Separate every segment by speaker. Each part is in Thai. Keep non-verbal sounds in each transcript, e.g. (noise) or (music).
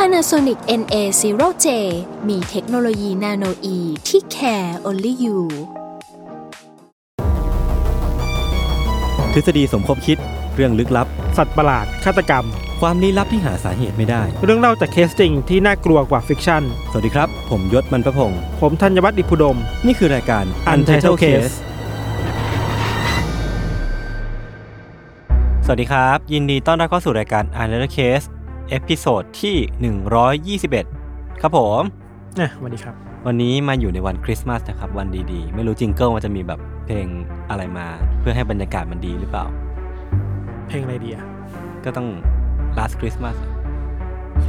Speaker 1: Panasonic NA0J มีเทคโนโลยีนาโนอีที่ care only you
Speaker 2: ทฤษฎีสมคบคิด เรื่องลึกลับ
Speaker 3: สัตว์ประหลาด ฆาตกรรม
Speaker 2: ความลี้ลับที่หาสาเหตุไม่ได้
Speaker 3: เรื่องเล่าจากเคสจริงที่น่ากลัวกว่าฟิกชั่น
Speaker 2: สวัสดีครับ ผมยศมันประพงศ์
Speaker 3: ผมธัญวัฒน์อิพุดม
Speaker 2: นี่คือรายการ
Speaker 3: Untitled Case
Speaker 2: สวัสดีครับ ยินดีต้อนรับเข้าสู่รายการ Untitled Case เอพิโซดที่ 121 ครับผม
Speaker 3: นะสวันนี้ครับ
Speaker 2: วันนี้มาอยู่ในวันคริสต์มาสนะครับ วันดีๆ ไม่รู้จิงเกิลมันจะมีแบบเพลงอะไรมา เพื่อให้บรรยากาศมันดีหรือเปล่า
Speaker 3: เพลงอะไรดีอะ
Speaker 2: ก็ต้อง last Christmas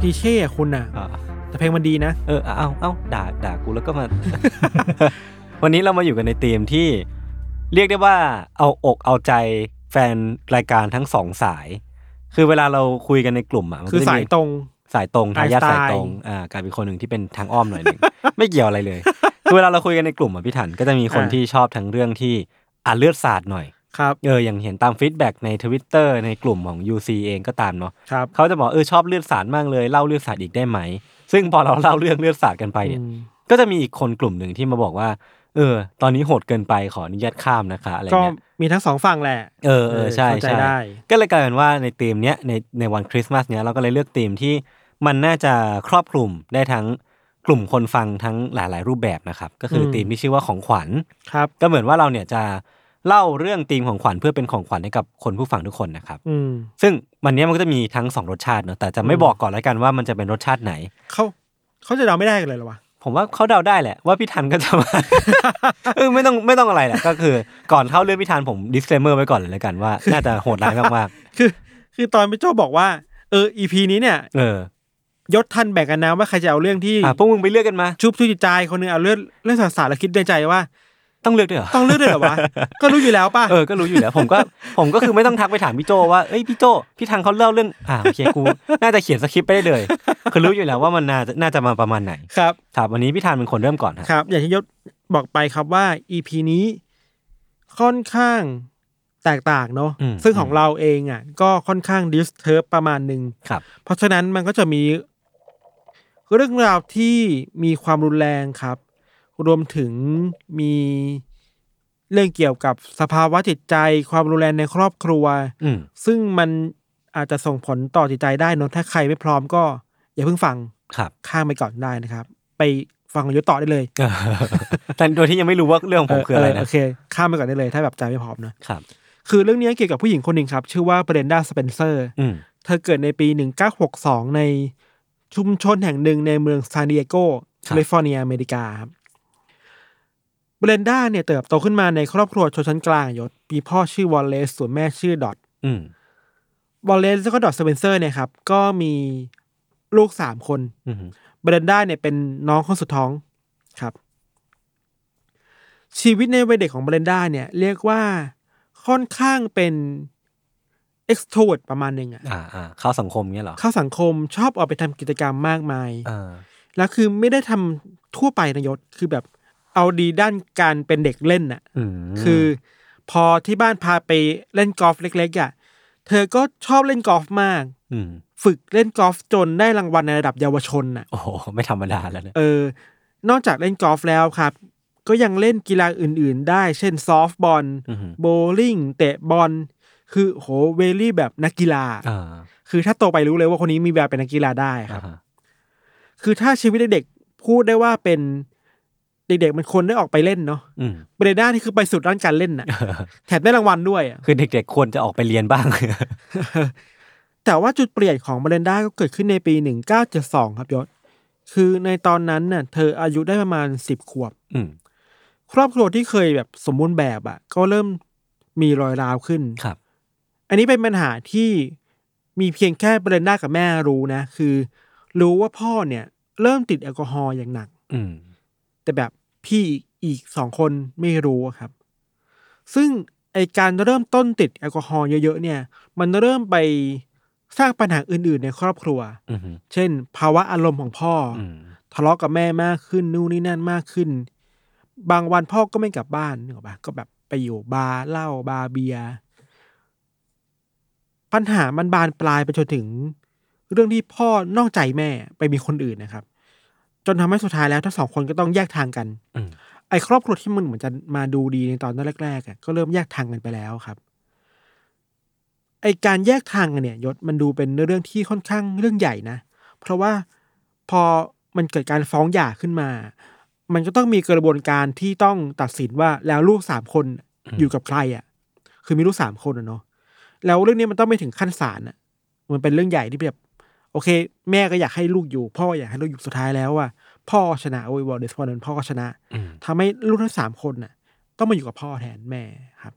Speaker 3: คลีเช่อะคุณน่ะ
Speaker 2: อ่า
Speaker 3: แต่เพลงมันดีนะ
Speaker 2: เออ เอาเอาด่า ด่า กู แล้วก็มา (laughs) วันนี้เรามาอยู่กันในธีมที่ เรียกได้ว่า เอาอกเอาใจแฟนรายการทั้งสองสาย คือเวลาเราคุยกันในกลุ่มอ่ะมันก็
Speaker 3: คือ
Speaker 2: จะมี
Speaker 3: สายตรง
Speaker 2: สายตรง ทายาท
Speaker 3: สายสไตล์
Speaker 2: สายตรง อ่ากลายเป็นคนหนึ่งที่เป็นทางอ้อมหน่อยหนึ่ง (laughs) ไม่เกี่ยวอะไรเลย คือเวลาเราคุยกันในกลุ่มอ่ะพี่ถันก็จะมีคนที่ชอบทั้งเรื่องที่อ่ะเลือดสาดหน่อย
Speaker 3: ครับ
Speaker 2: เออ อย่างเห็นตามฟีดแบ็กในทวิตเตอร์ในกลุ่มของ UC เองก็ตามเนาะ
Speaker 3: ครับ
Speaker 2: เขาจะบอกเออชอบเลือดสาดมากเลยเล่าเลือดสาดอีกได้ไหม ซึ่ง (laughs) พอเราเล่าเรื่องเลือดสาดกันไปเนี่ย
Speaker 3: อืม
Speaker 2: ก็จะมีอีกคนกลุ่มหนึ่งที่มาบอกว่า เออ ตอนนี้โหดเกินไปขออนุญาตข้ามนะคะอะไร
Speaker 3: ก็
Speaker 2: เงี้ย
Speaker 3: มีทั้งสองฝั่งแหละ
Speaker 2: เออเออใช่
Speaker 3: เข้าจ
Speaker 2: ใช่
Speaker 3: ได้
Speaker 2: ก็เลยกลายเป็นว่าในธีมเนี้ยในในวันคริสต์มาสเนี้ยเราก็เลยเลือกธีมที่มันน่าจะครอบคลุมได้ทั้งกลุ่มคนฟังทั้งหลาย ๆ รูปแบบนะครับ ก็คืออ
Speaker 3: ม
Speaker 2: ธีมที่ชื่อว่าของขวัญ
Speaker 3: ครับ
Speaker 2: ก็เหมือนว่าเราเนี่ยจะเล่าเรื่องธีมของขวัญเพื่อเป็นของขวัญให้กับคนผู้ฟังทุกคนนะครับ
Speaker 3: อืม
Speaker 2: ซึ่งวันเนี้ยมันก็จะมีทั้งสองรสชาติเนอะแต่จะไม่
Speaker 3: อืม
Speaker 2: บอกก่อนแล้วกันว่ามันจะเป็นรสชาติไหน
Speaker 3: เขาเขาจะเดาไม่ได้กันเลยเหรอวะ
Speaker 2: ผมว่าเขาเดาได้แหละว่าพี่ทันก็จะมา (laughs) เออไม่ต้องไม่ต้องอะไรแหละก็คือ ก่อนเข้าเรื่องพี่ทันผม disclaimer ไว้ก่อนเลยแล้วกันว่า น่าจะโหดร้ายมาก
Speaker 3: คือ คือตอนพี่โจบอกว่า เอออีพีนี้เนี่ย
Speaker 2: ๆเออย
Speaker 3: ศทันแบ่งกันนะว่าใครจะเอาเรื่องที่
Speaker 2: อ่ะพวกมึงไปเลือกกันมา
Speaker 3: ชุบชูจิตใจคนหนึงเอาเรื่องเรื่องศาสตร์แล้วคิดในใจว่า
Speaker 2: ต้องเลือกด้วยเหรอ
Speaker 3: ต้องเลือกเลยเหรอวะ ก็รู้อยู่แล้วป่ะ
Speaker 2: เออก็รู้อยู่แล้วผมก็ผมก็คือไม่ต้องทักไปถามพี่โจว่าเอ้ยพี่โจพี่ทันเขาเล่าเรื่องอ่าโอเคกู น่าจะเขียนสคริปต์ไปได้เลยคือรู้อยู่แล้วว่ามันน่าจะน่าจะมาประมาณไหน
Speaker 3: ครับ
Speaker 2: ครับวันนี้พี่ทันเป็นคนเริ่มก่อนฮะ
Speaker 3: ครับ อย่างที่ยศบอกไปครับว่า EP นี้ค่อนข้างแตกต่างเนาะ
Speaker 2: ม
Speaker 3: ซึ่งของเราเองอ่ะ ก็ค่อนข้างดิสเทิร์บประมาณหนึ่ง
Speaker 2: ครับ
Speaker 3: เพราะฉะนั้นมันก็จะมีเรื่องราวที่มีความรุนแรงครับ รวมถึงมีเรื่องเกี่ยวกับสภาวะจิตใจ ความรุนแรงในครอบครัว
Speaker 2: อืม
Speaker 3: ซึ่งมันอาจจะส่งผลต่อจิตใจได้เนอะถ้าใครไม่พร้อมก็อย่าเพิ่งฟัง
Speaker 2: ครับ (laughs)
Speaker 3: ข้ามไปก่อนได้นะครับ ไปฟังยศต่อได้เลย
Speaker 2: เออแต่โดยที่ยังไม่รู้ว่าเรื่องของผมคืออะไรนะ
Speaker 3: เเโอเค ข้ามไปก่อนได้เลยถ้าแบบใจไม่พร้อมนะครับ คือเรื่องนี้เกี่ยวกับผู้หญิงคนหนึ่งครับ ชื่อว่าเบรนดาสเปนเซอร์
Speaker 2: อืม
Speaker 3: เธอเกิดในปี 1962 ในชุมชนแห่งหนึ่งในเมืองซานดิเอโกแคลิฟอร์เนียอเมริกาครับเบรนดาเนี่ยเติบโตขึ้นมาในครอบครัวชนชั้นกลางยศมีพ่อชื่อวอลเลซส่วนแม่ชื่อดอท
Speaker 2: อืม
Speaker 3: วอลเลซแล้วก็ดอทสเปนเซอร์เนี่ยครับ ก็มีลูกสามคน
Speaker 2: อืม
Speaker 3: เบรนด้าเนี่ยเป็นน้องคนสุดท้องครับ ชีวิตในวัยเด็กของเบรนด้าเนี่ย เรียกว่าค่อนข้างเป็น extrovert ประมาณหนึ่งอะ
Speaker 2: อ่าอ่าเข้าสังคมเงี้ยเหรอ
Speaker 3: เข้าสังคมชอบออกไปทำกิจกรรมมากมาย
Speaker 2: อ่า
Speaker 3: แล้วคือไม่ได้ทำทั่วไปนายศคือแบบเอาดีด้านการเป็นเด็กเล่นน่ะ
Speaker 2: อืม
Speaker 3: คือพอที่บ้านพาไปเล่นกอล์ฟเล็กๆอะ่ะเธอก็ชอบเล่นกอล์ฟมาก
Speaker 2: อืม
Speaker 3: ฝึกเล่นกอล์ฟจนได้รางวัลในระดับเยาวชนน่ะ
Speaker 2: โอ้โหไม่ธรรมดาแล้วเนี่ย
Speaker 3: เออนอกจากเล่นกอล์ฟแล้วครับ ก็ยังเล่นกีฬาอื่น ๆ ได้ เช่นซอฟต์บอล
Speaker 2: อืม
Speaker 3: โบลิ่งเตะบอล คือโหเวลี่แบบนักกีฬา
Speaker 2: อ่า
Speaker 3: คือถ้าโตไปรู้เลยว่าคนนี้มีแววเป็นนักกีฬาได้ค
Speaker 2: อ่า
Speaker 3: รับ
Speaker 2: ฮะ
Speaker 3: คือถ้าชีวิตเด็กๆพูดได้ว่าเป็นเด็ก ๆ มันควรได้ออกไปเล่นเนาะ
Speaker 2: อืม
Speaker 3: เบรด้านี่คือไปสุดด้านการเล่นน่ะ (laughs) แถมได้รางวัลด้วยอะ
Speaker 2: คือเด็กๆควรจะออกไปเรียนบ้าง
Speaker 3: แต่ว่าจุดเปลี่ยนของเบรด้าก็เกิดขึ้นในปี 1972 ครับยศ คือในตอนนั้นน่ะเธออายุได้ประมาณ 10ขวบ
Speaker 2: อืม
Speaker 3: ครอบครัวที่เคยแบบสมบูรณ์แบบอะ่ะ ก็เริ่มมีรอยร้าวขึ้น
Speaker 2: ครับ
Speaker 3: อันนี้เป็นปัญหาที่มีเพียงแค่เบรนด้ากับแม่รู้นะ คือ รู้ว่าพ่อเนี่ย เริ่มติดแอลกอฮอล์อย่างหนัก
Speaker 2: อืม
Speaker 3: แต่แบบพี่อีกสองคนไม่รู้อะครับ ซึ่งไอการเริ่มต้นติดแอลกอฮอล์เยอะๆเนี่ย มันเริ่มไปสร้างปัญหาอื่นๆในครอบครัว
Speaker 2: อืม
Speaker 3: เช่น ภาวะอารมณ์ของพ่ออ
Speaker 2: อืม
Speaker 3: ทะเลาะกับแม่มากขึ้นนู่นนี่นั่นมากขึ้น บางวันพ่อก็ไม่กลับบ้านนึกออกปะก็แบบไปอยู่บาร์เหล้าบาร์เบียร์ปัญหามันบานปลายไปจนถึง เรื่องที่พ่อนอกใจแม่ไปมีคนอื่นนะครับ จนทำให้สุดท้ายแล้วทั้งสองคนก็ต้องแยกทางกัน
Speaker 2: อืม
Speaker 3: ไอ้ครอบครัวที่มันเหมือนจะมาดูดีในตอนแรกๆอะก็เริ่มแยกทางกันไปแล้วครับ ไอ้การแยกทางกันเนี่ยยศมันดูเป็นเรื่องที่ค่อนข้างเรื่องใหญ่นะ เพราะว่าพอมันเกิดการฟ้องหย่าขึ้นมา มันก็ต้องมีกระบวนการที่ต้องตัดสินว่าแล้วลูกสามคนอยู่กับใครอะ่ะ คือมีลูกสามคนอะเนาะแล้วเรื่องนี้มันต้องไปถึงขั้นศาลอะมันเป็นเรื่องใหญ่ที่แบบโอเค แม่ก็อยากให้ลูกอยู่ พ่ออยากให้ลูกอยู่สุดท้ายแล้วอะพ่อชนะโอ้ยวอลเดสพอนันพ่อก็ชนะ
Speaker 2: อืม
Speaker 3: ทำให้ลูกทั้งสามคนน่ะ ต้องมาอยู่กับพ่อแทนแม่ครับ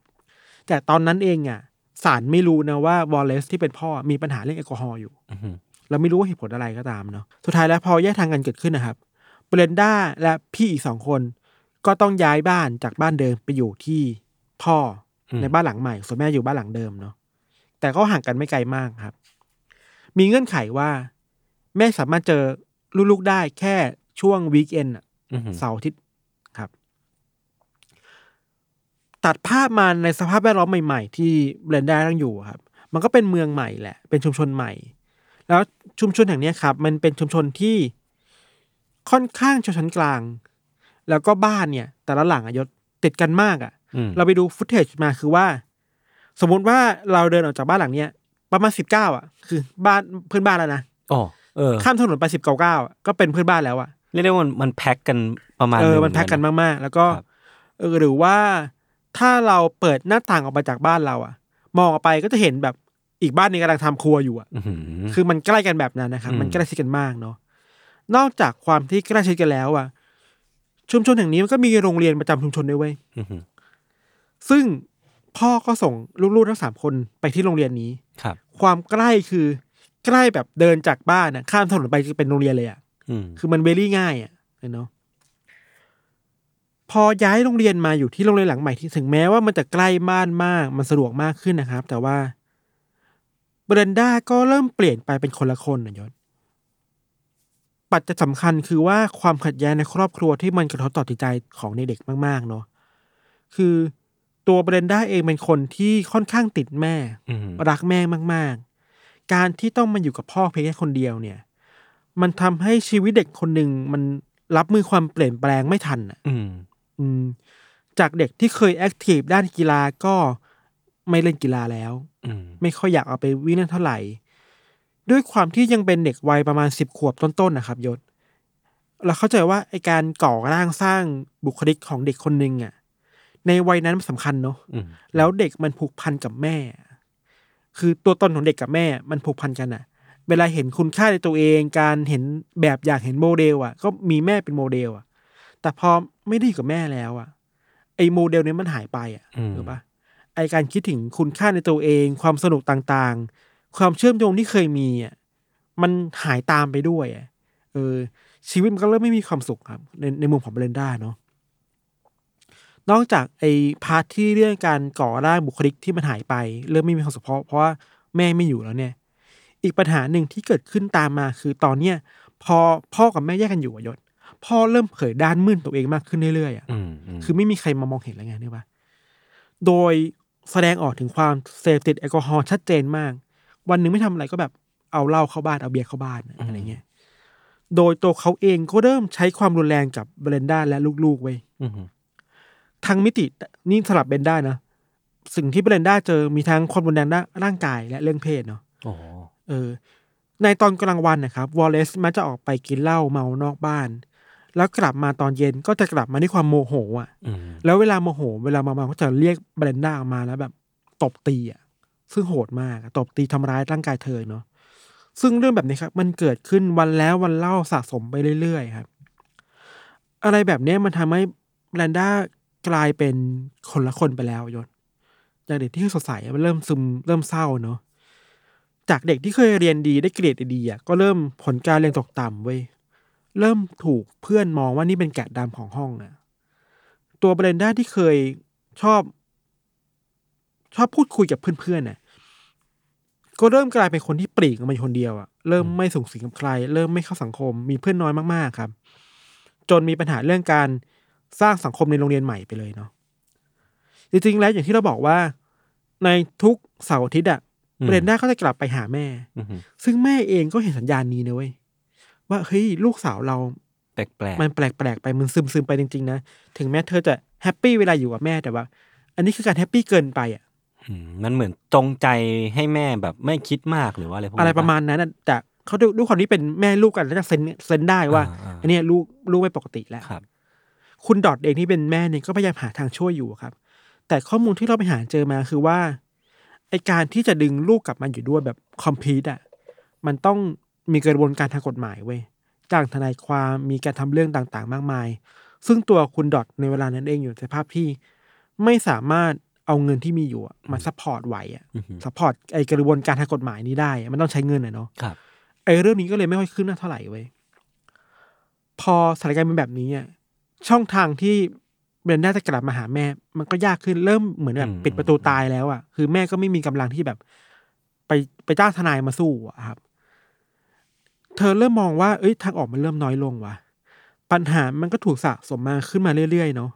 Speaker 3: แต่ตอนนั้นเองอ่ะศาลไม่รู้นะว่าวอลเลซที่เป็นพ่อมีปัญหาเรื่องแอลกอฮอล์อยู่
Speaker 2: อืม
Speaker 3: เราไม่รู้ว่าเหตุผลอะไรก็ตามเนาะสุดท้ายแล้วพอแยกทางกันเกิดขึ้นนะครับเบรนด้าและพี่อีกสองคน ก็ต้องย้ายบ้านจากบ้านเดิมไปอยู่ที่พ่ออในบ้านหลังใหม่ส่วนแม่อยู่บ้านหลังเดิมเนาะแต่ก็ห่างกันไม่ไกลมากครับ มีเงื่อนไขว่า แม่สามารถเจอลูกๆได้แค่ช่วงวีคเอนอะ
Speaker 2: อืม
Speaker 3: เสาร์อาทิตย์ครับ ตัดภาพมาในสภาพแวดล้อมใหม่ ๆ ที่เบรนด้าตั้งอยู่ครับ มันก็เป็นเมืองใหม่แหละ เป็นชุมชนใหม่ แล้วชุมชนแห่งเนี้ยครับ มันเป็นชุมชนที่ค่อนข้างชนชั้นกลาง แล้วก็บ้านเนี่ย แต่ละหลังอะยศติดกันมากอะ
Speaker 2: อืม
Speaker 3: เราไปดูฟุตเทจมาคือว่า สมมติว่าเราเดินออกจากบ้านหลังเนี้ยประมาณสิบเก้าอ่ะ คือบ้านเพื่อนบ้านแล้วนะ
Speaker 2: อ๋อเออ
Speaker 3: ข้ามถนนไปสิบเก้าเก้าก็เป็นเพื่อนบ้านแล้วอ่ะ
Speaker 2: เรียกได้ว่ามันมันแพ็กกันประมาณ
Speaker 3: เออ
Speaker 2: ง
Speaker 3: มันแพ็กกัน
Speaker 2: เหมือ
Speaker 3: มาก ๆ แล้วก็
Speaker 2: ครับ
Speaker 3: เออหรือว่าถ้าเราเปิดหน้าต่างออกมาจากบ้านเราอะมองออกไปก็จะเห็นแบบอีกบ้านหนึงกำลังทำครัวอยู่อะ
Speaker 2: อืม
Speaker 3: คือมันใกล้กันแบบนั้นนะครับ
Speaker 2: อืม
Speaker 3: มันใกล้ชิดกันมากเนาะนอกจากความที่ใกล้ชิดกันแล้วอะชุมชนแห่งนี้มันก็มีโรงเรียนประจำชุมชนด้วยเว้ย
Speaker 2: อืม
Speaker 3: ซึ่งพ่อก็ส่งลูกๆทั้งสามคนไปที่โรงเรียนนี้
Speaker 2: ครับ
Speaker 3: ความใกล้คือใกล้แบบเดินจากบ้านอะข้ามถนนไปเป็นโรงเรียนเลยอะ
Speaker 2: อืม
Speaker 3: คือมันเวลี่ง่ายอ่ะเนาะพอย้ายโรงเรียนมาอยู่ที่โรงเรียนหลังใหม่ที่ถึงแม้ว่ามันจะใกล้บ้านมาก มันสะดวกมากขึ้นนะครับ แต่ว่าเบรนด้าก็เริ่มเปลี่ยนไปเป็นคนละคนนะยศปัจจัยสำคัญคือว่าความขัดแย้งในครอบครัวที่มันกระทบต่อจิตใจของในเด็กมากๆเนาะคือตัวเบรนด้าเองเป็นคนที่ค่อนข้างติดแม่
Speaker 2: อืม
Speaker 3: รักแม่มาก ๆ การที่ต้องมาอยู่กับพ่อเพียงแค่คนเดียวเนี่ย มันทำให้ชีวิตเด็กคนหนึ่งมันรับมือความเปลี่ยนแปลงไม่ทันอ่ะ
Speaker 2: อืม
Speaker 3: อืม จากเด็กที่เคยแอคทีฟด้านกีฬาก็ไม่เล่นกีฬาแล้ว
Speaker 2: อืม
Speaker 3: ไม่ค่อยอยากเอาไปวิ่งเล่นเท่าไหร่ ด้วยความที่ยังเป็นเด็กวัยประมาณสิบขวบต้นๆนะครับยศ เราเข้าใจว่าไอการก่อร่างสร้างบุคลิกของเด็กคนหนึ่งอ่ะ ในวัยนั้นมันสำคัญเนาะ
Speaker 2: อืม
Speaker 3: แล้วเด็กมันผูกพันกับแม่ คือตัวตนของเด็กกับแม่ มันผูกพันกันอะเวลาเห็นคุณค่าในตัวเอง การเห็นแบบอยากเห็นโมเดลอะก็มีแม่เป็นโมเดลอะแต่พอไม่ได้อยู่กับแม่แล้วอะไอโมเดลเนี้มันหายไปอะ
Speaker 2: อืม
Speaker 3: ถูกปะไอการคิดถึงคุณค่าในตัวเอง ความสนุกต่างๆ ความเชื่อมโยงที่เคยมีอะมันหายตามไปด้วยอะเออ ชีวิตมันก็เริ่มไม่มีความสุขครับในในมุมของเบรนด้าเนาะ นอกจากไอ้พาร์ทที่เรื่องการก่อร่างบุคลิกที่มันหายไป เริ่มไม่มีความสุขเพราะเพราะว่าแม่ไม่อยู่แล้วเนี่ย อีกปัญหาหนึ่งที่เกิดขึ้นตามมาคือตอนเนี้ยพอพ่อกับแม่แยกกันอยู่อะยศพ่อเริ่มเผยด้านมืดตัวเองมากขึ้นเรื่อยๆอะ
Speaker 2: อืมอืม
Speaker 3: คือไม่มีใครมามองเห็นแล้วไงเนี่ยปะโดยแสดงออกถึงความเสพติดแอลกอฮอล์ชัดเจนมาก วันหนึ่งไม่ทำอะไรก็แบบเอาเหล้าเข้าบ้านเอาเบียร์เข้าบ้านอะไรเงี้ยโดยตัวเขาเองก็เริ่มใช้ความรุนแรงกับเบรนด้าและลูกๆเว้ย
Speaker 2: อืม
Speaker 3: ทั้งมิตินี่สลับเบนได้านะ สิ่งที่เบรนด้าเจอมีทั้งความรุนแรงด้านร่างกายและเรื่องเพศเนาะ
Speaker 2: โอ้
Speaker 3: เออ ในตอนกลางวันนะครับวอลเลซมักจะออกไปกินเหล้าเมานอกบ้าน แล้วกลับมาตอนเย็นก็จะกลับมาด้วยความโมโหอะ่ะ
Speaker 2: อืม
Speaker 3: แล้วเวลาโมโห เวลาเมาๆก็จะเรียกเบรนด้าออกมาแล้วแบบ ตบตีอะ่ะ ซึ่งโหดมากอะตบตีทำร้ายร่างกายเธอเนาะซึ่งเรื่องแบบนี้ครับ มันเกิดขึ้นวันแล้ววันเล่าสะสมไปเรื่อยๆครับ อะไรแบบเนี้ยมันทำให้แบรนด้ากลายเป็นคนละคนไปแล้วยศจากเด็กที่สดใสมันเริ่มซึมเริ่มเศร้าเนาะจากเด็กที่เคยเรียนดีได้เกรดดีๆอะก็เริ่มผลการเรียนตกต่ำเว้ย เริ่มถูกเพื่อนมองว่านี่เป็นแกะดำของห้องอะตัวเบรนด้าที่เคยชอบ ชอบพูดคุยกับเพื่อนๆน่ะ ก็เริ่มกลายเป็นคนที่ปลีกออกมาอยู่คนเดียวอะเริ่มไม่สูงสิงกับใคร เริ่มไม่เข้าสังคม มีเพื่อนน้อยมากๆครับ จนมีปัญหาเรื่องการสร้างสังคมในโรงเรียนใหม่ไปเลยเนาะจริงๆแล้วอย่างที่เราบอกว่า ในทุกเสาร์อาทิตย์อะ
Speaker 2: อืม
Speaker 3: เบรนด้าก็จะกลับไปหาแม่
Speaker 2: อือหือ
Speaker 3: ซึ่งแม่เองก็เห็นสัญญาณนี้นะเว้ยว่าเฮ้ยลูกสาวเรา
Speaker 2: แปลกแปลก
Speaker 3: มันแปลกๆไปมันซึมซึมๆไปจริงๆนะ ถึงแม้เธอจะแฮปปี้เวลาอยู่กับแม่แต่ว่า อันนี้คือการแฮปปี้เกินไปอะ
Speaker 2: มันเหมือนจงใจให้แม่แบบไม่คิดมากหรือว่าอะไรพวก
Speaker 3: อะไรประมาณนั้นน่ะแต่เขาด้วยด้วยความที่เป็นแม่ลูกกันแล้วจะเซนเซนได้ว่า อั
Speaker 2: อั
Speaker 3: น
Speaker 2: น
Speaker 3: เนี้ยลูกลูกไม่ปกติแล้ว
Speaker 2: ครับ
Speaker 3: คุณดอดเองที่เป็นแม่เนี่ยก็พยายามหาทางช่วยอยู่ครับ แต่ข้อมูลที่เราไปหาเจอมาคือว่าไอการที่จะดึงลูกกลับมาอยู่ด้วยแบบคอมพีตอ่ะมันต้องมีกระบวนการทางกฎหมายเว้ยจ้างทนายความมีการทำเรื่องต่างๆ มากมาย ซึ่งตัวคุณดอดในเวลานั้นเองอยู่ในสภาพที่ไม่สามารถเอาเงินที่มีอยู่อะมาซัพพอร์ตไหวอะ
Speaker 2: อือหือ
Speaker 3: ซัพพอร์ตไอกระบวนการทางกฎหมายนี้ได้อะมันต้องใช้เงินอะเนาะ
Speaker 2: ครับ
Speaker 3: ไอ้เรื่องนี้ก็เลยไม่ค่อยขึ้นหน้าเท่าไหร่เว้ย พอสถานการณ์เป็นแบบนี้อ่ะช่องทางที่เบรนด้าจะกลับมาหาแม่ มันก็ยากขึ้นเริ่มเหมือนแบบปิดประตูตายแล้วอ่ะคือแม่ก็ไม่มีกำลังที่แบบ ไปไปจ้างทนายมาสู้อะครับ เธอเริ่มมองว่าเอ้ยทางออกมันเริ่มน้อยลงว่ะ ปัญหามันก็ถูกสะสมมาขึ้นมาเรื่อยๆเนาะ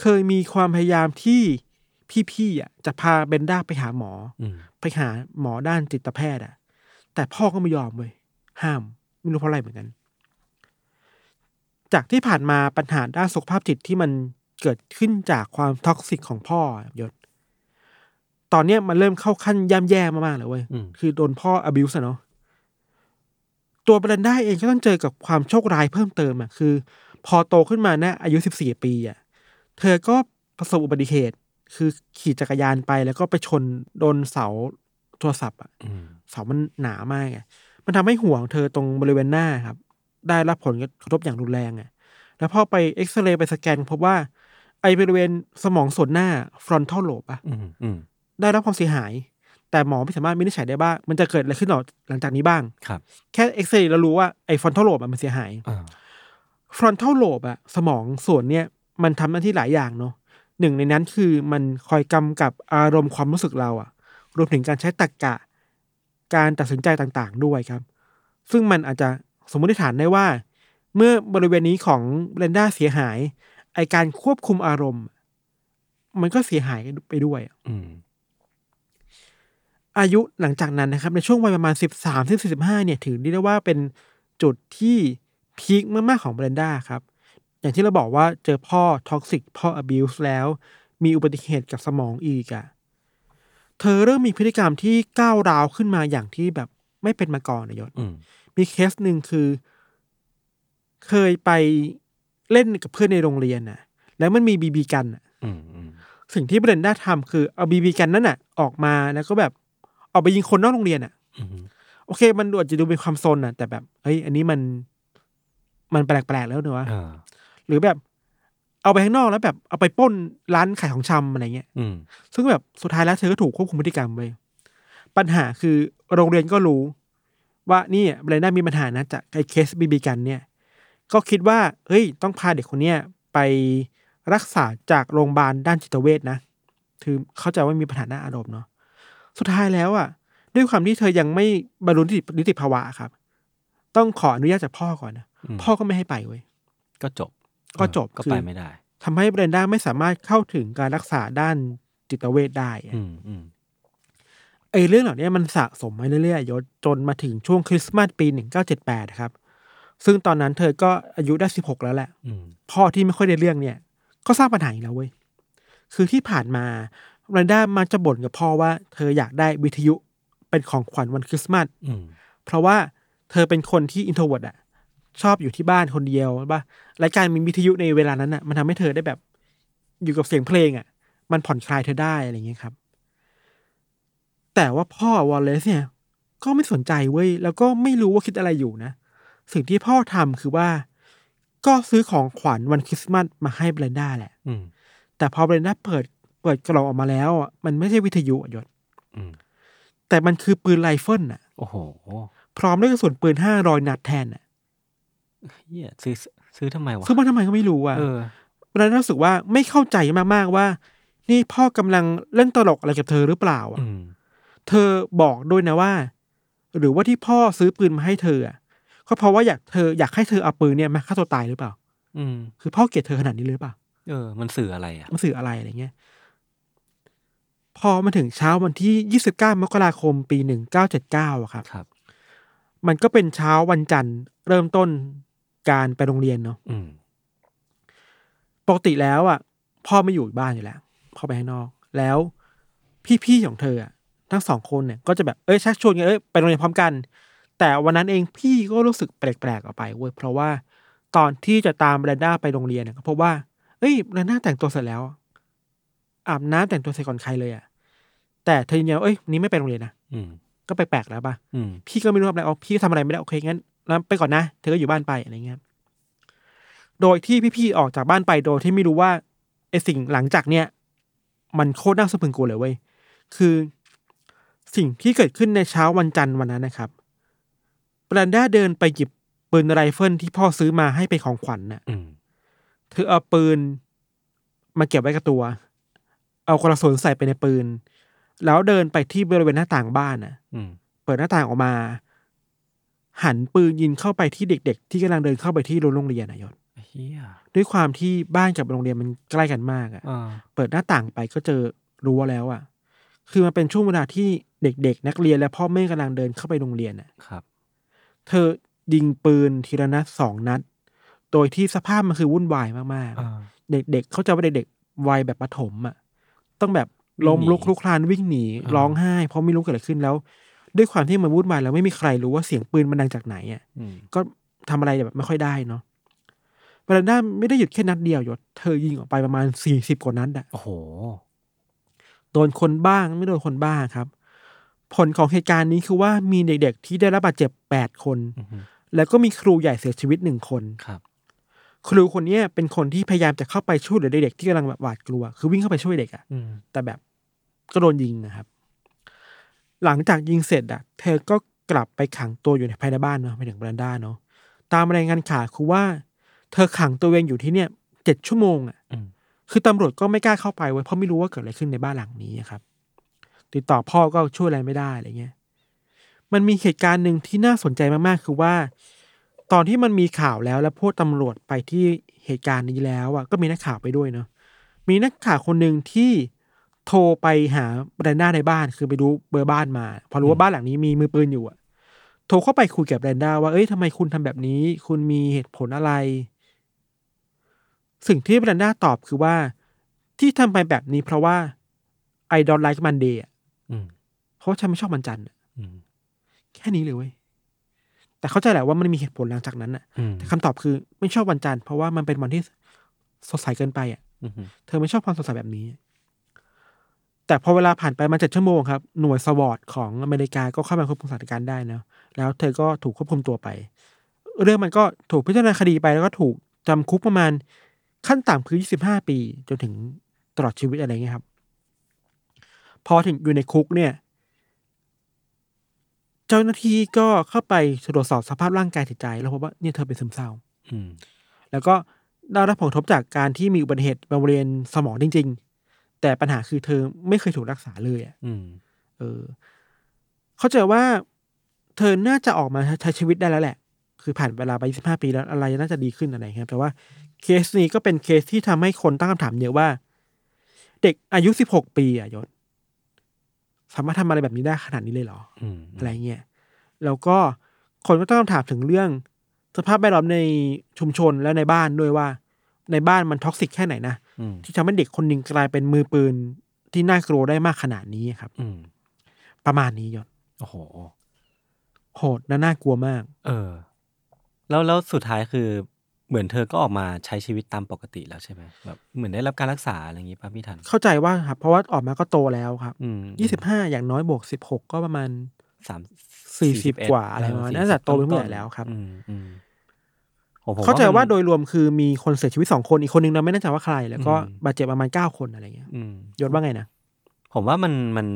Speaker 3: เคยมีความพยายามที่พี่ๆอ่ะจะพาเบรนด้าไปหาหมอ
Speaker 2: อืม
Speaker 3: ไปหาหมอด้านจิตแพทย์อะแต่พ่อก็ไม่ยอมเว้ยห้ามไม่รู้เพราะอะไรเหมือนกัน จากที่ผ่านมาปัญหาด้านสุขภาพจิตที่มันเกิดขึ้นจากความท็อกซิกของพ่อยศ ตอนเนี้ยมันเริ่มเข้าขั้นย่ำแย่มากๆเลยเว้ย
Speaker 2: อืม
Speaker 3: คือโดนพ่อ abuse อะเนาะ ตัวเบรนด้าเองก็ต้องเจอกับความโชคร้ายเพิ่มเติมอะคือ พอโตขึ้นมานะอายุสิบสี่ปีอะเธอก็ประสบอุบัติเหตุ คือขี่จักรยานไปแล้วก็ไปชนโดนเสาโทรศัพท์อะ
Speaker 2: อืม
Speaker 3: เสามันหนามากอะมันทำให้หัวของเธอตรงบริเวณหน้าครับ ได้รับผลกระทบอย่างรุนแรงอะแล้วพอไปเอ็กซเรย์ไปสแกน พบว่าไอบริเวณสมองส่วนหน้า frontal lobe อะ
Speaker 2: อืมอืม
Speaker 3: ได้รับความเสียหาย แต่หมอไม่สามารถวินิจฉัยได้ว่ามันจะเกิดอะไรขึ้นหรอหลังจากนี้บ้าง
Speaker 2: ครับ
Speaker 3: แค่เอ็กซเรย์เรารู้ว่าไอ้ฟรอนทัลโลบมันเสียหาย
Speaker 2: อ่า
Speaker 3: ฟรอนทัลโลบอะสมองส่วนเนี้ยมันทำหน้าที่หลายอย่างเนาะหนึ่งในนั้นคือมันคอยกำกับอารมณ์ความรู้สึกเราอะรวมถึงการใช้ตรรกกะ การตัดสินใจต่างๆด้วยครับ ซึ่งมันอาจจะสมมติฐานได้ว่า เมื่อบริเวณนี้ของเรนด้าเสียหายไอการควบคุมอารมณ์ มันก็เสียหายไปด้วย
Speaker 2: อืม
Speaker 3: อายุหลังจากนั้นนะครับ ในช่วงวัยประมาณ 13ถึง45 เนี่ย ถือได้ว่าเป็นจุดที่พีคมาก ๆ ของเบรนด้าครับ อย่างที่เราบอกว่าเจอพ่อท็อกซิกพ่ออบิวส์แล้ว มีอุบัติเหตุกับสมองอีกอะ่ะ เธอเริ่มมีพฤติกรรมที่ก้าวร้าวขึ้นมาอย่างที่แบบไม่เป็นมาก่อนนะยศ
Speaker 2: อืม
Speaker 3: มีเคสหนึ่งคือ เคยไปเล่นกับเพื่อนในโรงเรียนน่ะ แล้วมันมีบีบีกันน่ะ
Speaker 2: อืมอืม
Speaker 3: สิ่งที่เบรนด้าทำคือเอาบีบีกันนั่นน่ะ ออกมาแล้วก็แบบออกไปยิงคนนอกโรงเรียนอ่ะ
Speaker 2: อืม
Speaker 3: โอเค มันดูอาจจะดูเป็นความโซนน่ะ แต่แบบเฮ้ยอันนี้มันมันแปลกๆแล้วเนอะวะ
Speaker 2: อ่า
Speaker 3: หรือแบบเอาไปข้างนอกแล้วแบบเอาไปปล้นร้านขายของชำอะไรเงี้ย
Speaker 2: อืม
Speaker 3: ซึ่งแบบสุดท้ายแล้วเธอก็ถูกควบคุมพฤติกรรมไปปัญหาคือโรงเรียนก็รู้ ว่านี่เบรนด้ามีปัญหานะจากไอ้เคสบีบีกันเนี่ย ก็คิดว่าเฮ้ย ต้องพาเด็กคนเนี้ยไปรักษาจากโรงพยาบาลด้านจิตเวชนะถือเข้าใจว่ามีปัญหาด้านอารมณ์เนาะสุดท้ายแล้วอะ่ะ ด้วยความที่เธอยังไม่บรรลุนิตินิติภาวะครับ ต้องขออนุญาตจากพ่อก่อนนะ
Speaker 2: ม
Speaker 3: พ่อก็ไม่ให้ไปเว้ย
Speaker 2: ก็จบ
Speaker 3: ก็จบ
Speaker 2: ก็
Speaker 3: คือ
Speaker 2: ไปไม่ได้
Speaker 3: ทำให้เบรนด้าไม่สามารถเข้าถึงการรักษาด้านจิตเวชได้อะ
Speaker 2: อืมอืม
Speaker 3: ไอ้เรื่องเหล่านี้มันสะสมมาเรื่อยๆยศจนมาถึงช่วงคริสต์มาสปี 1978 ครับ ซึ่งตอนนั้นเธอก็อายุได้ 16 แล้วแหละ
Speaker 2: อืม
Speaker 3: พ่อที่ไม่ค่อยได้เรื่องเนี่ย ก็สร้างปัญหาอีกแล้วเว้ย คือที่ผ่านมาแรนด้ามักจะบ่นกับพ่อว่าเธออยากได้วิทยุเป็นของขวัญวันคริสต์มาส
Speaker 2: อืม
Speaker 3: เพราะว่าเธอเป็นคนที่อินโทรเวิร์ดอะชอบอยู่ที่บ้านคนเดียวป่ะรายการมีวิทยุในเวลานั้นอะมันทำให้เธอได้แบบอยู่กับเสียงเพลงอะมันผ่อนคลายเธอได้อะไรอย่างเงี้ยครับ แต่ว่าพ่อวอลเลซเนี่ย ก็ไม่สนใจเว้ย แล้วก็ไม่รู้ว่าคิดอะไรอยู่นะ สิ่งที่พ่อทำคือว่า ก็ซื้อของขวัญวันคริสต์มาสมาให้เบรนด้าแหละ
Speaker 2: อืม
Speaker 3: แต่พอเบรนด้าเปิดเปิดกล่องออกมาแล้วอะมันไม่ใช่วิทยุอะยศ
Speaker 2: อืม
Speaker 3: แต่มันคือปืนไรเฟิลอะ
Speaker 2: โอ้โห
Speaker 3: พร้อมด้วยกระสุนปืนห้ารอยนัดแทนน่ะ
Speaker 2: เฮียซื้อซื้อทำไมวะ
Speaker 3: ซื้อมาทำไมก็ไม่รู้อ่ะ
Speaker 2: เออ
Speaker 3: เรนรู้สึกว่าไม่เข้าใจมากๆว่า นี่พ่อกำลังเล่นตลกอะไรกับเธอหรือเปล่าอ่ะ
Speaker 2: อืม
Speaker 3: เธอบอกด้วยนะว่า หรือว่าที่พ่อซื้อปืนมาให้เธออะก็เพราะว่าอยากเธออยากให้เธอเอาปืนเนี่ยมาฆ่าตัวตายหรือเปล่า
Speaker 2: อืม
Speaker 3: คือพ่อเกลียดเธอขนาดนี้เลยหรือเปล่า
Speaker 2: เออ มันสื่ออะไรอ่ะ
Speaker 3: มันสื่ออะไรอะไรเงี้ย พอมาถึงเช้าวันที่ 29 มกราคมปี 1979อะครับ
Speaker 2: ครับ
Speaker 3: มันก็เป็นเช้าวันจันทร์เริ่มต้นการไปโรงเรียนเนาะ
Speaker 2: อืม
Speaker 3: ปกติแล้วอะพ่อไม่อยู่บ้านอยู่แล้วพ่อไปข้างนอก แล้วพี่ๆของเธออะทั้งสองคนเนี่ย ก็จะแบบเอ้ยชักชวนกันเอ้ยไปโรงเรียนพร้อมกัน แต่วันนั้นเองพี่ก็รู้สึกแปลกๆออกไปเว้ยเพราะว่าตอนที่จะตามแบรนด้าไปโรงเรียนเนี่ยก็พบว่า เอ้ยแบรนด้าแต่งตัวเสร็จแล้วอะอาบน้ำแต่งตัวเสร็จก่อนใครเลยอะแต่เธอยืนยันว่าเอ้ยวันนี้ไม่ไปโรงเรียนนะ
Speaker 2: อืม
Speaker 3: ก็แปลกๆแล้วปะ
Speaker 2: อืม
Speaker 3: พี่ก็ไม่รู้ทำอะไรออกพี่ก็ทำอะไรไม่ได้ โอเคงั้นแล้วไปก่อนนะ เธอก็อยู่บ้านไปอะไรเงี้ย โดยที่พี่ๆออกจากบ้านไปโดยที่ไม่รู้ว่าไอสิ่งหลังจากเนี้ยมันโคตรน่าสะพรึงกลัวเลยเว้ย คือสิ่งที่เกิดขึ้นในเช้าวันจันทร์วันนั้นนะครับแบรนด้าเดินไปหยิบปืนไรเฟิลที่พ่อซื้อมาให้เป็นของขวัญน่ะ
Speaker 2: อืม
Speaker 3: เธอเอาปืนมาเก็บไว้กับตัว เอากระสุนใส่ไปในปืน แล้วเดินไปที่บริเวณหน้าต่างบ้านน่ะ
Speaker 2: อืม
Speaker 3: เปิดหน้าต่างออกมา หันปืนยิงเข้าไปที่เด็ก ๆ ที่กำลังเดินเข้าไปที่รั้วโรงเรียนนายศ
Speaker 2: เฮีย
Speaker 3: ด้วยความที่บ้านกับโรงเรียนมันใกล้กันมากอะ
Speaker 2: อ่า
Speaker 3: เปิดหน้าต่างไปก็เจอรั้วแล้วอะคือมันเป็นช่วงเวลาที่เด็ก ๆ นักเรียนและพ่อแม่กำลังเดินเข้าไปโรงเรียนอะ
Speaker 2: ครับ
Speaker 3: เธอยิงปืนทีละนัดสองนัด โดยที่สภาพมันคือวุ่นวายมากๆ
Speaker 2: อ่า
Speaker 3: เด็กๆ เข้าใจว่าเด็กๆ วัยแบบประถมอ่ะ ต้องแบบ
Speaker 2: วิ่งหนี
Speaker 3: ล้มลุกคลุกคลานวิ่งหนี
Speaker 2: อ่า
Speaker 3: ร้องไห้ เพราะไม่รู้เกิดอะไรขึ้นแล้ว ด้วยความที่มันวุ่นวายแล้วไม่มีใครรู้ว่าเสียงปืนมันดังจากไหนอ่ะ
Speaker 2: อืม
Speaker 3: ก็ทำอะไรแบบไม่ค่อยได้เนาะบรันดาไม่ได้หยุดแค่นัดเดียวหยศเธอยิงออกไปประมาณสี่สิบกว่านัดอะ
Speaker 2: โอ้โห
Speaker 3: โดนคนบ้างไม่โดนคนบ้างครับ ผลของเหตุการณ์นี้คือว่ามีเด็กๆ ที่ได้รับบาดเจ็บแปดคน
Speaker 2: อืม
Speaker 3: แล้วก็มีครูใหญ่เสียชีวิตหนึ่งคน
Speaker 2: ครับ
Speaker 3: ครูคนเนี้ยเป็นคนที่พยายามจะเข้าไปช่วยเหลือเด็กๆที่กำลังแบบหวาดกลัว คือวิ่งเข้าไปช่วยเด็กอะ
Speaker 2: อืม
Speaker 3: แต่แบบก็โดนยิงนะครับ หลังจากยิงเสร็จอะเธอก็กลับไปขังตัวอยู่ในภายในบ้านเนาะไปถึงแบรนด้าเนาะตามรายงานข่าวคือว่า เธอขังตัวเองอยู่ที่เนี่ยเจ็ดชั่วโมงอะ
Speaker 2: อืม
Speaker 3: คือตำรวจก็ไม่กล้าเข้าไปเว้ยเพราะไม่รู้ว่าเกิดอะไรขึ้นในบ้านหลังนี้อะครับ ติดต่อพ่อก็ช่วยอะไรไม่ได้อะไรเงี้ย มันมีเหตุการณ์หนึ่งที่น่าสนใจมากๆ คือว่า ตอนที่มันมีข่าวแล้วแล้วพวกตำรวจไปที่เหตุการณ์นี้แล้วอะก็มีนักข่าวไปด้วยเนาะมีนักข่าวคนหนึ่งที่โทรไปหาแบรนด้าในบ้าน คือไปรู้เบอร์บ้านมา พอรู้ว่าบ้านหลังนี้มีมือปืนอยู่อะโทรเข้าไปคุยกับแบรนด้าว่าเอ้ยทำไมคุณทำแบบนี้ คุณมีเหตุผลอะไร สิ่งที่แบรนด้าตอบคือว่า ที่ทำไปแบบนี้เพราะว่าไอดอลไลค์มันเดย์
Speaker 2: อืม
Speaker 3: เพราะว่าฉันไม่ชอบมันจันทร์อะ
Speaker 2: อืม
Speaker 3: แค่นี้เลยเว้ย แต่เข้าใจแหละว่ามันมีเหตุผลหลังจากนั้นน่ะ
Speaker 2: อืม
Speaker 3: แต่คำตอบคือไม่ชอบวันจันทร์เพราะว่ามันเป็นวันที่สดใสเกินไปอ่ะ
Speaker 2: อืม
Speaker 3: เธอไม่ชอบความสดใสแบบนี้ แต่พอเวลาผ่านไปมาเจ็ดชั่วโมงครับ หน่วยสวอตของอเมริกาก็เข้ามาควบคุมสถานการณ์ได้นะ แล้วเธอก็ถูกควบคุมตัวไป เรื่องมันก็ถูกพิจารณาคดีไปแล้วก็ถูกจำคุกประมาณขั้นต่ำคือยี่สิบห้าปี จนถึงตลอดชีวิตอะไรเงี้ยครับ พอถึงอยู่ในคุกเนี่ย เจ้าหน้าที่ก็เข้าไปตรวจสอบสภาพร่างกายจิตใจ แล้วพบว่าเนี่ยเธอเป็นซึมเศร้า
Speaker 2: อืม
Speaker 3: แล้วก็ได้รับผลกระทบจากการที่มีอุบัติเหตุบริเวณสมองจริง ๆ แต่ปัญหาคือเธอไม่เคยถูกรักษาเลยอะ
Speaker 2: อืม
Speaker 3: เออ เข้าใจว่าเธอน่าจะออกมาใช้ชีวิตได้แล้วแหละ คือผ่านเวลาไป 25 ปีแล้วอะไรน่าจะดีขึ้นอะไรอย่างเงี้ยครับแต่ว่าเคสนี้ก็เป็นเคสที่ทำให้คนตั้งคำถามเยอะว่า เด็กอายุ 16 ปีอะยศสามารถทำอะไรแบบนี้ได้ขนาดนี้เลยเหรอ
Speaker 2: อืม
Speaker 3: อะไรเงี้ย แล้วก็คนก็ต้องถามถึงเรื่อง สภาพแวดล้อมในชุมชนและในบ้านด้วยว่า ในบ้านมันท็อกซิกแค่ไหนนะ
Speaker 2: อืม
Speaker 3: ที่ทำให้เด็กคนหนึ่งกลายเป็นมือปืนที่น่ากลัวได้มากขนาดนี้ครับ
Speaker 2: อืม
Speaker 3: ประมาณนี้ยศ
Speaker 2: โอ้โห
Speaker 3: โหดและน่ากลัวมาก
Speaker 2: เออ แล้วแล้วสุดท้ายคือเหมือนเธอก็ออกมาใช้ชีวิตตามปกติแล้วใช่ไหมแบบเหมือนได้รับการรักษาอะไรอย่างงี้ป่ะพี่ทัน
Speaker 3: เข้าใจว่าครับ เพราะว่าออกมาก็โตแล้วครับ
Speaker 2: อืม
Speaker 3: ยี่สิบห้าอย่างน้อยบวกสิบหกก็ประมาณ
Speaker 2: สาม
Speaker 3: 40กว่าอะไรประมาณนั้นน่าจะโตเป็นผู้ใหญ่แล้วครับ
Speaker 2: อืมอืมโอ้ผม
Speaker 3: เข้าใจว่า
Speaker 2: มัน
Speaker 3: โดยรวมคือมีคนเสียชีวิตสองคนอีกคนหนึงเราไม่แน่ใจว่าใคร แล้วก็
Speaker 2: อืม
Speaker 3: บาดเจ็บประมาณเก้าคนอะไรเงี้ย
Speaker 2: อืม
Speaker 3: ยศว่าไงนะ
Speaker 2: ผมว่ามันมัน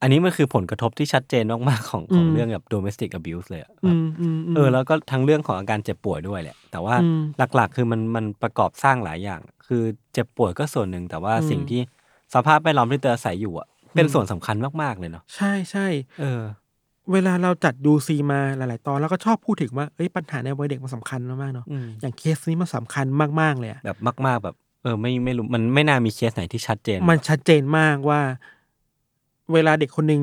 Speaker 2: อันนี้มันคือผลกระทบที่ชัดเจนมากๆของของ
Speaker 3: อืม
Speaker 2: เรื่องแบบ domestic abuse เลยอะ
Speaker 3: อืมอืมม
Speaker 2: เออแล้วก็ทั้งเรื่องของอาการเจ็บป่วยด้วยแหละ แต่ว่า
Speaker 3: อืม
Speaker 2: หลักๆ คือมันมันประกอบสร้างหลายอย่าง คือเจ็บป่วยก็ส่วนหนึ่งแต่ว่า
Speaker 3: อืม
Speaker 2: สิ่งที่สภาพแวดล้อมที่เธออาศัยอยู่อะเป็นส่วนสำคัญมากๆเลยเนาะ
Speaker 3: ใช่ใช่
Speaker 2: เออ
Speaker 3: เวลาเราจัดดูซีมาหลาย ๆ ตอนแล้วก็ชอบพูดถึงว่าเอ้ยปัญหาในวัยเด็กมันสำคัญมาก ๆ เนาะ
Speaker 2: อืม
Speaker 3: อย่างเคสนี้มันสำคัญมาก ๆ เลยอะ
Speaker 2: แบบมาก ๆ แบบ เออไม่ไม่รู้มันไม่น่ามีเคสไหนที่ชัดเจน
Speaker 3: มันชัดเจนมากว่า เวลาเด็กคนหนึ่ง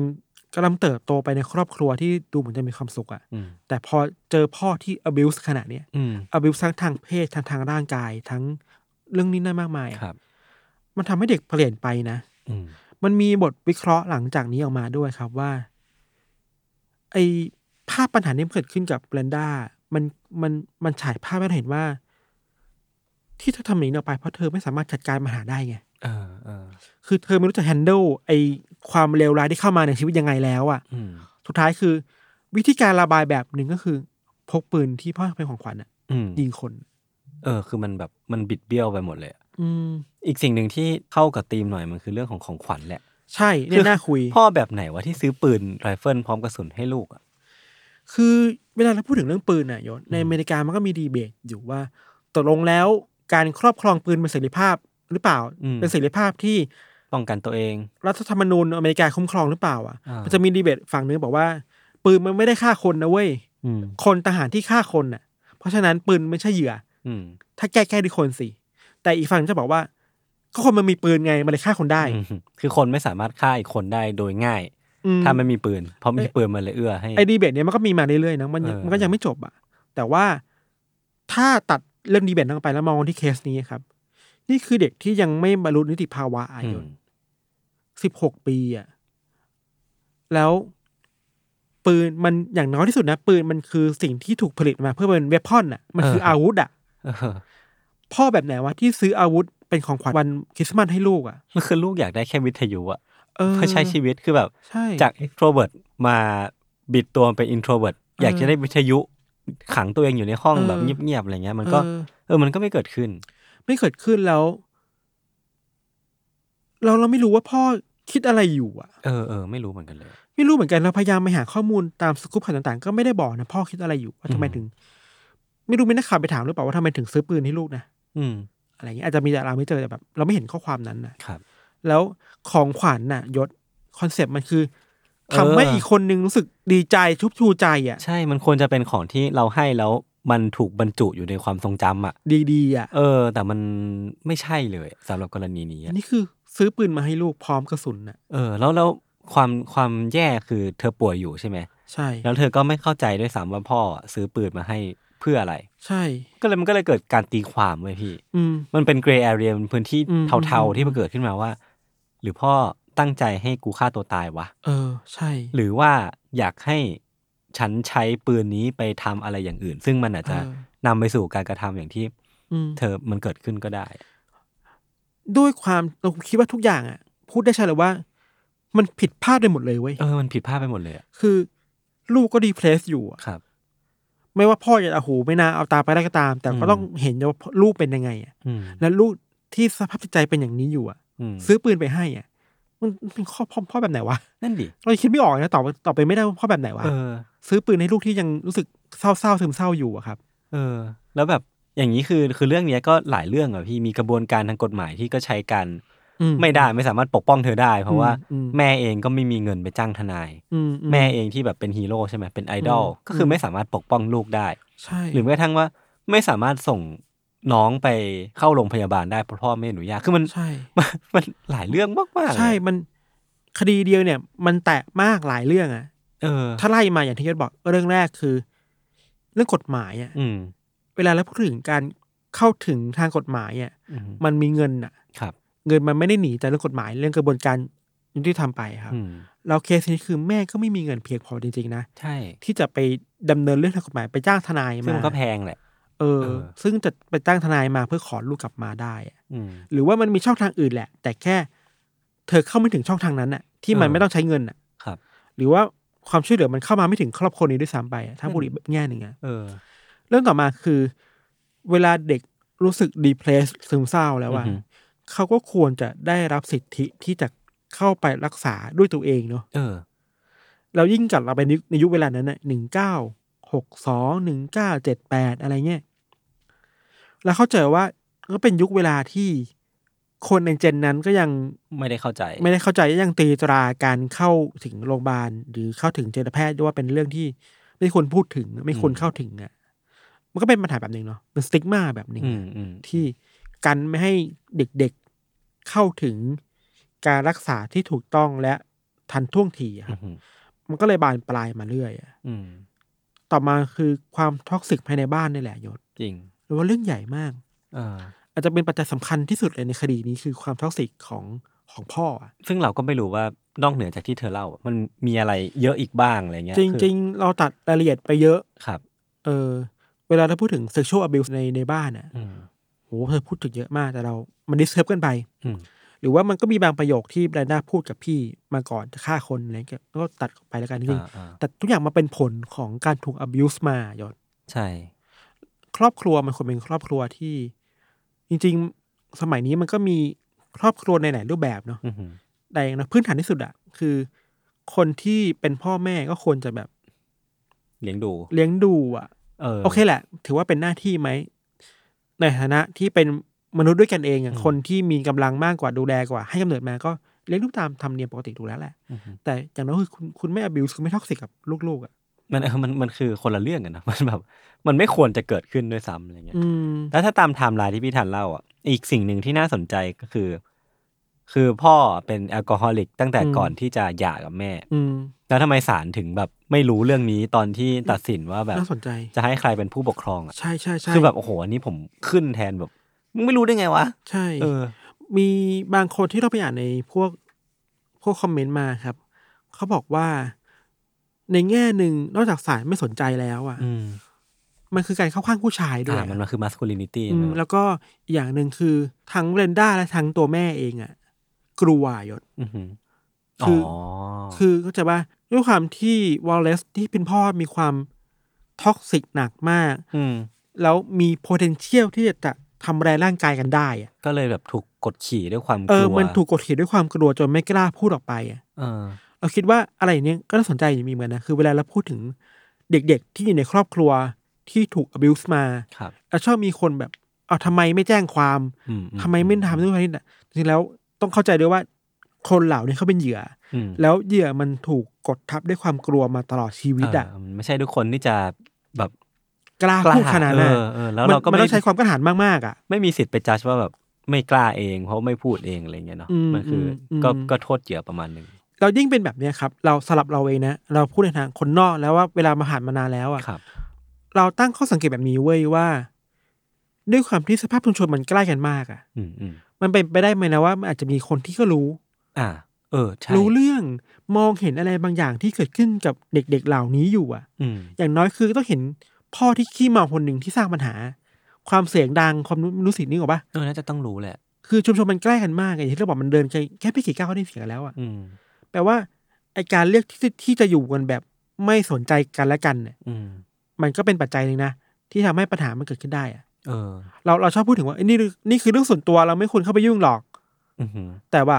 Speaker 3: กำลังเติบโตไปในครอบครัวที่ดูเหมือนจะมีความสุขอะ
Speaker 2: อืม
Speaker 3: แต่พอเจอพ่อที่ abuse ขนาดเนี้ย
Speaker 2: อืม
Speaker 3: abuse ทั้งทางเพศทั้งทางร่างกายทั้งเรื่องนี้นั่นมากมายอะ
Speaker 2: ครับ
Speaker 3: มันทำให้เด็กเปลี่ยนไปนะ
Speaker 2: อืม
Speaker 3: มันมีบทวิเคราะห์หลังจากนี้ออกมาด้วยครับว่า ไอภาพปัญหาที่มันเกิดขึ้นกับเบรนด้ามันมันมันฉายภาพให้เราเห็นว่า ที่เธอทำหนีออกไปเพราะเธอไม่สามารถจัดการปัญหาได้ไง
Speaker 2: เออเออ
Speaker 3: คือเธอไม่รู้จะแฮนเดิลไอความเลวร้ายที่เข้ามาในชีวิตยังไงแล้วอะ่ะ
Speaker 2: อืม
Speaker 3: สุดท้ายคือ วิธีการระบายแบบหนึ่งก็คือ พกปืนที่พ่อเป็นของขวัญอะ
Speaker 2: อืม
Speaker 3: ยิงคน
Speaker 2: เออ คือมันแบบมันบิดเบี้ยวไปหมดเลยอะ
Speaker 3: อืม
Speaker 2: อีกสิ่งหนึ่งที่เข้ากับธีมหน่อยมันคือเรื่องของของขวัญแหละ
Speaker 3: ใช่เนี่ยน่าคุย
Speaker 2: พ่อแบบไหนวะที่ซื้อปืนไรเฟิลพร้อมกระสุนให้ลูกอ่ะ
Speaker 3: คือเวลาเราพูดถึงเรื่องปืนน่ะยศในอเมริกามันก็มีดีเบตอยู่ว่าตกลงแล้วการครอบครองปืนเป็นเสรีภาพหรือเปล่า
Speaker 2: อืม
Speaker 3: เป็นเสรีภาพที่
Speaker 2: ป้องกันตัวเอง
Speaker 3: รัฐธรรมนูญอเมริกาคุ้มครองหรือเปล่าอ่ะ
Speaker 2: อ่ามั
Speaker 3: มันจะมีดีเบตฝั่งหนึงบอกว่า ปืนมันไม่ได้ฆ่าคนนะเว้ย
Speaker 2: อืม
Speaker 3: คนทหารที่ฆ่าคนน่ะ เพราะฉะนั้นปืนไม่ใช่เหยื่อ
Speaker 2: อืม
Speaker 3: ถ้าแก้แก้ดีคนสิแต่อีกฝั่งจะบอกว่า ก็คนมันมีปืนไงมันเลยฆ่าคนได้
Speaker 2: อืม (laughs) คือคนไม่สามารถฆ่าอีกคนได้โดยง่าย
Speaker 3: อืม
Speaker 2: ถ้าไม่มีปืน เพราะมี
Speaker 3: เอ้ย
Speaker 2: ปืนมันเลยเอื้อให้
Speaker 3: ไอดีเบตเนี่ยมันก็มีมาเรื่อยๆนะมันยัง
Speaker 2: เออ
Speaker 3: มันก็ยังไม่จบอะแต่ว่าถ้าตัดเรื่องดีเบตลงไปแล้วมองที่เคสนี้ครับ นี่คือเด็กที่ยังไม่บรรลุนิติภาวะอา
Speaker 2: อื
Speaker 3: ยุ
Speaker 2: ม
Speaker 3: สิบหกปีอะแล้วปืนมันอย่างน้อยที่สุดนะ ปืนมันคือสิ่งที่ถูกผลิตมาเพื่อเป็นเวพอนอะมันคืออาวุธอะ
Speaker 2: เออ
Speaker 3: พ่อแบบไหนวะที่ซื้ออาวุธเป็นของขวัญวันคริสต์มาสให้ลูกอะ
Speaker 2: มันคือลูกอยากได้แค่วิทยุอ่ะ
Speaker 3: เออ
Speaker 2: เพื่อใช้ชีวิตคือแบบ
Speaker 3: ใช่
Speaker 2: จาก extrovert มาบิดตัวเป็น introvert อยากจะได้วิทยุขังตัวเองอยู่ในห้องแบบเงียบๆอะไรเงี้ย มันก็
Speaker 3: เออ
Speaker 2: เออมันก็ไม่เกิดขึ้น
Speaker 3: ไม่เกิดขึ้นแล้ว เราเราไม่รู้ว่าพ่อคิดอะไรอยู่อ่ะ
Speaker 2: เออเออไม่รู้เหมือนกันเลย
Speaker 3: ไม่รู้เหมือนกันเราพยายามไปหาข้อมูลตามสกู๊ปข่าวต่างๆ ก็ไม่ได้บอกนะพ่อคิดอะไรอยู่ว่าทำไม
Speaker 2: อืม
Speaker 3: ถึง ไม่รู้ไม่นักข่าวไปถามหรือเปล่าว่าทำไมถึงซื้อปืนให้ลูกนะ
Speaker 2: อืม
Speaker 3: อะไรอย่างเงี้ยอาจจะมีแต่เราไม่เจอแต่แบบ เราไม่เห็นข้อความนั้นนะครับ แล้วของขวัญน่ะ ยศคอนเซปต์มันคือทำ
Speaker 2: เออ
Speaker 3: ให้อีกคนนึงรู้สึกดีใจชุบชูใจอ่ะ
Speaker 2: ใช่มันควรจะเป็นของที่เราให้แล้วมันถูกบรรจุอยู่ในความทรงจำอ่ะ
Speaker 3: ดีๆอ่ะ
Speaker 2: เออ แต่มันไม่ใช่เลยสำหรับกรณีนี้
Speaker 3: อั
Speaker 2: อะ
Speaker 3: นนี้คือซื้อปืนมาให้ลูกพร้อมกระสุนน่ะ
Speaker 2: เออ แล้วแล้วความความแย่คือเธอป่วยอยู่ใช่ไหม
Speaker 3: ใช่
Speaker 2: แล้วเธอก็ไม่เข้าใจด้วยซ้ำว่าพ่อซื้อปืนมาให้เพื่ออะไร
Speaker 3: ใช่
Speaker 2: ก็เลยมันก็เลยเกิดการตีความเว้ยพี่
Speaker 3: อืม
Speaker 2: มันเป็นเกรย์แอเรียพื้นที่
Speaker 3: อืม
Speaker 2: เทา
Speaker 3: อืม
Speaker 2: ๆที่มันเกิดขึ้นมาว่า หรือพ่อตั้งใจให้กูฆ่าตัวตายวะ
Speaker 3: เออ ใช่
Speaker 2: หรือว่าอยากให้ฉันใช้ปืนนี้ไปทำอะไรอย่างอื่น ซึ่งมันอาจจะ
Speaker 3: เออ
Speaker 2: นำไปสู่การกระทำอย่างที่
Speaker 3: อืม
Speaker 2: เธอมันเกิดขึ้นก็ได้
Speaker 3: ด้วยความเราคิดว่าทุกอย่างอ่ะ พูดได้ใช่เลยว่า มันผิดพลาดไปหมดเลยเว้ย
Speaker 2: เออมันผิดพลาดไปหมดเลยอะ
Speaker 3: คือ ลูกก็ดีเพลสอยู่อะ
Speaker 2: ครับ
Speaker 3: ไม่ว่าพ่อจะเอาหูไม่นาเอาตาไปได้ก็ตาม แต่
Speaker 2: อื
Speaker 3: ก็
Speaker 2: ม
Speaker 3: ต้องเห็นว่าลูกเป็นยังไงอะ
Speaker 2: อืม
Speaker 3: และลูกที่สภาพจิตใจเป็นอย่างนี้อยู่อ่ะ
Speaker 2: ม
Speaker 3: ซื้อปืนไปให้อ่ะมันเป็นข้อพ่อพ่อแบบไหนวะ
Speaker 2: นั่นดิ
Speaker 3: เราคิดไม่ออกนะตอบตอบไปไม่ได้ว่าพ่อแบบไหนวะ
Speaker 2: เออ
Speaker 3: ซื้อปืนให้ลูกที่ยังรู้สึกเศร้าๆซึมเศร้าอยู่อะครับ
Speaker 2: เออ แล้วแบบอย่างนี้คือคือเรื่องเนี้ยก็หลายเรื่องอะพี่มีกระบวนการทางกฎหมายที่ก็ใช้กัน
Speaker 3: อื
Speaker 2: ไม่ได้ไม่สามารถปกป้องเธอได้ เพราะว่า
Speaker 3: อืมอืม
Speaker 2: แม่เองก็ไม่มีเงินไปจ้างทนาย
Speaker 3: อืมอื
Speaker 2: แม่เองที่แบบเป็นฮีโร่ใช่ไหมเป็นไอดอล
Speaker 3: อืม
Speaker 2: ก็คืออ
Speaker 3: ม
Speaker 2: ไม่สามารถปกป้องลูกได้
Speaker 3: ใช่
Speaker 2: หรือแม้กระทั่งว่าไม่สามารถส่งน้องไปเข้าโรงพยาบาลได้เพราะพ่อไม่อนุญาตคือมัน
Speaker 3: ใช่
Speaker 2: มันมันหลายเรื่องมากๆเลย
Speaker 3: ใช่มันคดีเดียวเนี่ย มันแตะมากหลายเรื่องอ่ะ
Speaker 2: เออ
Speaker 3: ถ้าไล่มาอย่างที่ยศบอกเรื่องแรกคือ เรื่องกฎหมายอ่ะ
Speaker 2: อืม
Speaker 3: เวลาเราพูดถึงการเข้าถึงทางกฎหมายอ่ะ
Speaker 2: อืม
Speaker 3: มันมีเงินอ่ะ
Speaker 2: ครับ
Speaker 3: เงินมันไม่ได้หนีจากเรื่องกฎหมายเรื่องกระบวนการยุติธรรมไปครับ
Speaker 2: อืม
Speaker 3: แล้วเคสนี้คือแม่ก็ไม่มีเงินเพียงพอจริงๆนะ
Speaker 2: ใช่
Speaker 3: ที่จะไปดำเนินเรื่องทางกฎหมายไปจ้างทนาย
Speaker 2: ซึ่ง
Speaker 3: มา
Speaker 2: มันก็แพงแหละ
Speaker 3: เออ
Speaker 2: เออ
Speaker 3: ซึ่งจะไปจ้างทนายมาเพื่อขอลูกกลับมาได้อะ
Speaker 2: อืม
Speaker 3: หรือว่ามันมีช่องทางอื่นแหละ แต่แค่ เธอเข้าไม่ถึงช่องทางนั้นอ่ะ ที่มัน
Speaker 2: เออ
Speaker 3: ไม่ต้องใช้เงินอ่ะ
Speaker 2: ครับ
Speaker 3: หรือว่าความช่วยเหลือมันเข้ามาไม่ถึงครอบครัวนี้ด้วยซ้ำไปอะถ้า
Speaker 2: อืม
Speaker 3: บุรีกแบบแง่หนึ่งอะ
Speaker 2: เออ
Speaker 3: เรื่องต่อมาคือ เวลาเด็กรู้สึกดีเพลสซึมเศร้าแล้ว
Speaker 2: อื
Speaker 3: อะ
Speaker 2: อฮึ
Speaker 3: เขาก็ควรจะได้รับสิทธิที่จะ เข้าไปรักษาด้วยตัวเองเนาะ
Speaker 2: เออ
Speaker 3: เรายิ่งกลับเราไปในยุคในยุคเวลานั้นน่ะหนึ่งเก้าหกสองหนึ่งเก้าเจ็ดแปดอะไรเงี้ยแล้วเข้าใจว่าก็เป็นยุคเวลาที่คนในเจนนั้นก็ยัง
Speaker 2: ไม่ได้เข้าใจ
Speaker 3: ไม่ได้เข้าใจยังตีตราการเข้าถึงโรงพยาบาล หรือเข้าถึงจิตแพทย์ด้วยว่าเป็นเรื่องที่ไม่ควรพูดถึง ไม่ควร
Speaker 2: อืม
Speaker 3: เข้าถึงอ่ะมันก็เป็นปัญหาแบบหนึ่งเนาะเป็นสติ๊กมาแบบหนึ่ง
Speaker 2: อืมอืม
Speaker 3: ที่กันไม่ให้เด็กๆเข้าถึงการรักษาที่ถูกต้องและทันท่วงทีอะครับ
Speaker 2: อืม
Speaker 3: มันก็เลยบานปลายมาเรื่อยอะ
Speaker 2: อืม
Speaker 3: ต่อมาคือความท็อกซิกภายในบ้านนี่แหละยศ
Speaker 2: จริง
Speaker 3: หรือว่าเรื่องใหญ่มาก
Speaker 2: เออ
Speaker 3: อาจจะเป็นปัจจัยสำคัญที่สุดเลยในคดีนี้คือความท็อกซิกของของพ่ออะ
Speaker 2: ซึ่งเราก็ไม่รู้ว่านอกเหนือจากที่เธอเล่า มันมีอะไรเยอะอีกบ้างอะไรเงี้ย
Speaker 3: จริง ๆ เราตัดรายละเอียดไปเยอะ
Speaker 2: ๆครับ
Speaker 3: เออเวลาเราพูดถึง sexual abuse ในในบ้านอ่ะ
Speaker 2: อืม
Speaker 3: โหเธอพูดถึงเยอะมากแต่เรา มันดิสเทปกันไป
Speaker 2: อืม
Speaker 3: หรือว่ามันก็มีบางประโยคที่แบรนด้าพูดกับพี่มาก่อนจะฆ่าคนอะไรเงี้ยก็ตัดออกไปแล้วกันจริง
Speaker 2: อ่าอ่า
Speaker 3: ๆแต่ทุกอย่างมาเป็นผลของการถูก abuse มายศ
Speaker 2: ใช่
Speaker 3: ครอบครัวมันควรเป็นครอบครัวที่ จริง ๆ สมัยนี้มันก็มีครอบครัวในหลายรูปแบบเนาะ
Speaker 2: อืม
Speaker 3: แต่อย่างนะพื้นฐานที่สุดอะคือ คนที่เป็นพ่อแม่ก็ควรจะแบบ
Speaker 2: เลี้ยงดู
Speaker 3: เลี้ยงดูอะ
Speaker 2: เออ
Speaker 3: โอเคแหละ ถือว่าเป็นหน้าที่ไหม ในฐานะที่เป็นมนุษย์ด้วยกันเองอะ
Speaker 2: อืม
Speaker 3: คนที่มีกำลังมากกว่าดูแลกว่า ให้กำเนิดมาก็เลี้ยงลูกตามธรรมเนียมปกติดูแล้วแหละ
Speaker 2: อืม
Speaker 3: แต่อย่างน้อยคือคุณคุณไม่อบิวคุณไม่ท็อกซิกกับลูกๆอะ
Speaker 2: มันเออมันมันคือคนละเรื่องกันนะ (laughs) มันแบบมันไม่ควรจะเกิดขึ้นด้วยซ้ำอะไรเงี้ย
Speaker 3: อืม
Speaker 2: แล้วถ้าตามไทม์ไลน์ที่พี่ทันเล่าอ่ะอีกสิ่งหนึ่งที่น่าสนใจก็คือ คือพ่อเป็นแอลกอฮอลิกตั้งแต่
Speaker 3: อืม
Speaker 2: ก่อนที่จะหย่ากับแม่
Speaker 3: อืม
Speaker 2: แล้วทำไมศาลถึงแบบไม่รู้เรื่องนี้ตอนที่ตัดสินว่าแบบ
Speaker 3: น่าสนใจ
Speaker 2: จะให้ใครเป็นผู้ปกครองอ่ะ
Speaker 3: ใช่ใช่ใช่
Speaker 2: คือแบบโอ้โหอันนี้ผมขึ้นแทนแบบมึงไม่รู้ได้ไงวะ
Speaker 3: ใช่
Speaker 2: เออ
Speaker 3: มีบางคนที่เราไปอ่านในพวกพวกคอมเมนต์มาครับ เขาบอกว่าในแง่หนึ่งนอกจากสายไม่สนใจแล้วอะ
Speaker 2: อืม
Speaker 3: มันคือการเข้าข้างผู้ชายด้วย
Speaker 2: อ่ามัน
Speaker 3: อะ
Speaker 2: มันคือ masculinity
Speaker 3: อืม
Speaker 2: นะ
Speaker 3: แล้วก็อีกอย่างหนึ่งคือทั้งเรนด้าและทั้งตัวแม่เองอะ่ะ กลัวหยศ
Speaker 2: อือหือ
Speaker 3: คื
Speaker 2: อ๋อ
Speaker 3: อ คือเข้าใจว่าด้วยความที่วอลเลซที่เป็นพ่อมีความท็อกซิกหนักมาก
Speaker 2: อืม
Speaker 3: แล้วมี potential ที่จะทำร้ายร่างกายกันได้อะ
Speaker 2: ก็เลยแบบถูกกดขี่ด้วยความก
Speaker 3: เอ
Speaker 2: ลั
Speaker 3: อ
Speaker 2: ว
Speaker 3: มันถูกกดขี่ด้วยความกลัวจนไม่กล้าพูดออกไปอะ
Speaker 2: เออ
Speaker 3: เราคิดว่าอะไรอย่างเนี้ยก็น่าสนใจอยู่มีเหมือนนะคือเวลาเราพูดถึงเด็กๆ ที่อยู่ในครอบครัวที่ถูก abuse มา
Speaker 2: ครับ
Speaker 3: แล้วชอบมีคนแบบเอาทำไมไม่แจ้งความ
Speaker 2: อือื
Speaker 3: ทำไมไม่ทำนู่นทำนี่น่ะจริงๆแล้วต้องเข้าใจด้วยว่าคนเหล่านี้เขาเป็นเหยื่อ
Speaker 2: อืม
Speaker 3: แล้วเหยื่อมันถูกกดทับด้วยความกลัวมาตลอดชีวิตอ่ะ
Speaker 2: เมันไม่ใช่ทุกคนที่จะแบบ
Speaker 3: กล้าก
Speaker 2: ล้า
Speaker 3: พูดขนาด
Speaker 2: เอ
Speaker 3: นั้น
Speaker 2: อเออแล้ว
Speaker 3: มัน
Speaker 2: เราก็
Speaker 3: มัน
Speaker 2: ไม่
Speaker 3: ต้องใช้ความกระหายมากๆอ่ะ
Speaker 2: ไม่มีสิทธิ์ไปจัดว่าแบบไม่กล้าเอง เพราะไม่พูดเองอะไรเงี้ยเนาะ
Speaker 3: อืม
Speaker 2: มันคืออ
Speaker 3: ม
Speaker 2: ก็
Speaker 3: อืม
Speaker 2: ก็โทษเหยื่อประมาณหนึ่ง
Speaker 3: เรายิ่งเป็นแบบเนี้ยครับ เราสลับเราเองนะเราพูดในทางคนนอกแล้วว่าเวลามาผ่านมานานแล้วอ่ะ
Speaker 2: ครับ
Speaker 3: เราตั้งข้อสังเกตแบบนี้เว้ยว่า ด้วยความที่สภาพชุมชนมันใกล้กันมากอ่ะ
Speaker 2: อืมอืม
Speaker 3: มันเป็นไปได้ไหมนะว่ามันอาจจะมีคนที่ก็รู้
Speaker 2: อ่า เออใช่
Speaker 3: รู้เรื่องมองเห็นอะไรบางอย่างที่เกิดขึ้นกับเด็ก ๆ เหล่านี้อยู่อ่ะ
Speaker 2: อืม
Speaker 3: อย่างน้อยคือต้องเห็นพ่อที่ขี้เมาคนหนึ่งที่สร้างปัญหา ความเสียงดังความรู้รู้สึกนี่หรอกปะ
Speaker 2: เออน่าจะต้องรู้แหละ
Speaker 3: คือชุมชนมันใกล้กันมากไงอย่างที่เราบอกมันเดินไกลแค่ไม่กี่ก้าวก็ได้เสียงแล้วอะ
Speaker 2: อืม
Speaker 3: แปลว่าไอการเลือกที่ที่จะอยู่กันแบบไม่สนใจกันและกันเนี่ย
Speaker 2: อืม
Speaker 3: มันก็เป็นปัจจัยหนึ่งนะ ที่ทำให้ปัญหามันเกิดขึ้นได้อะ
Speaker 2: เออ
Speaker 3: เราเราชอบพูดถึงว่าไอ้ยนี่นี่คือเรื่องส่วนตัวเราไม่ควรเข้าไปยุ่งหรอก
Speaker 2: อือหือ
Speaker 3: แต่ว่า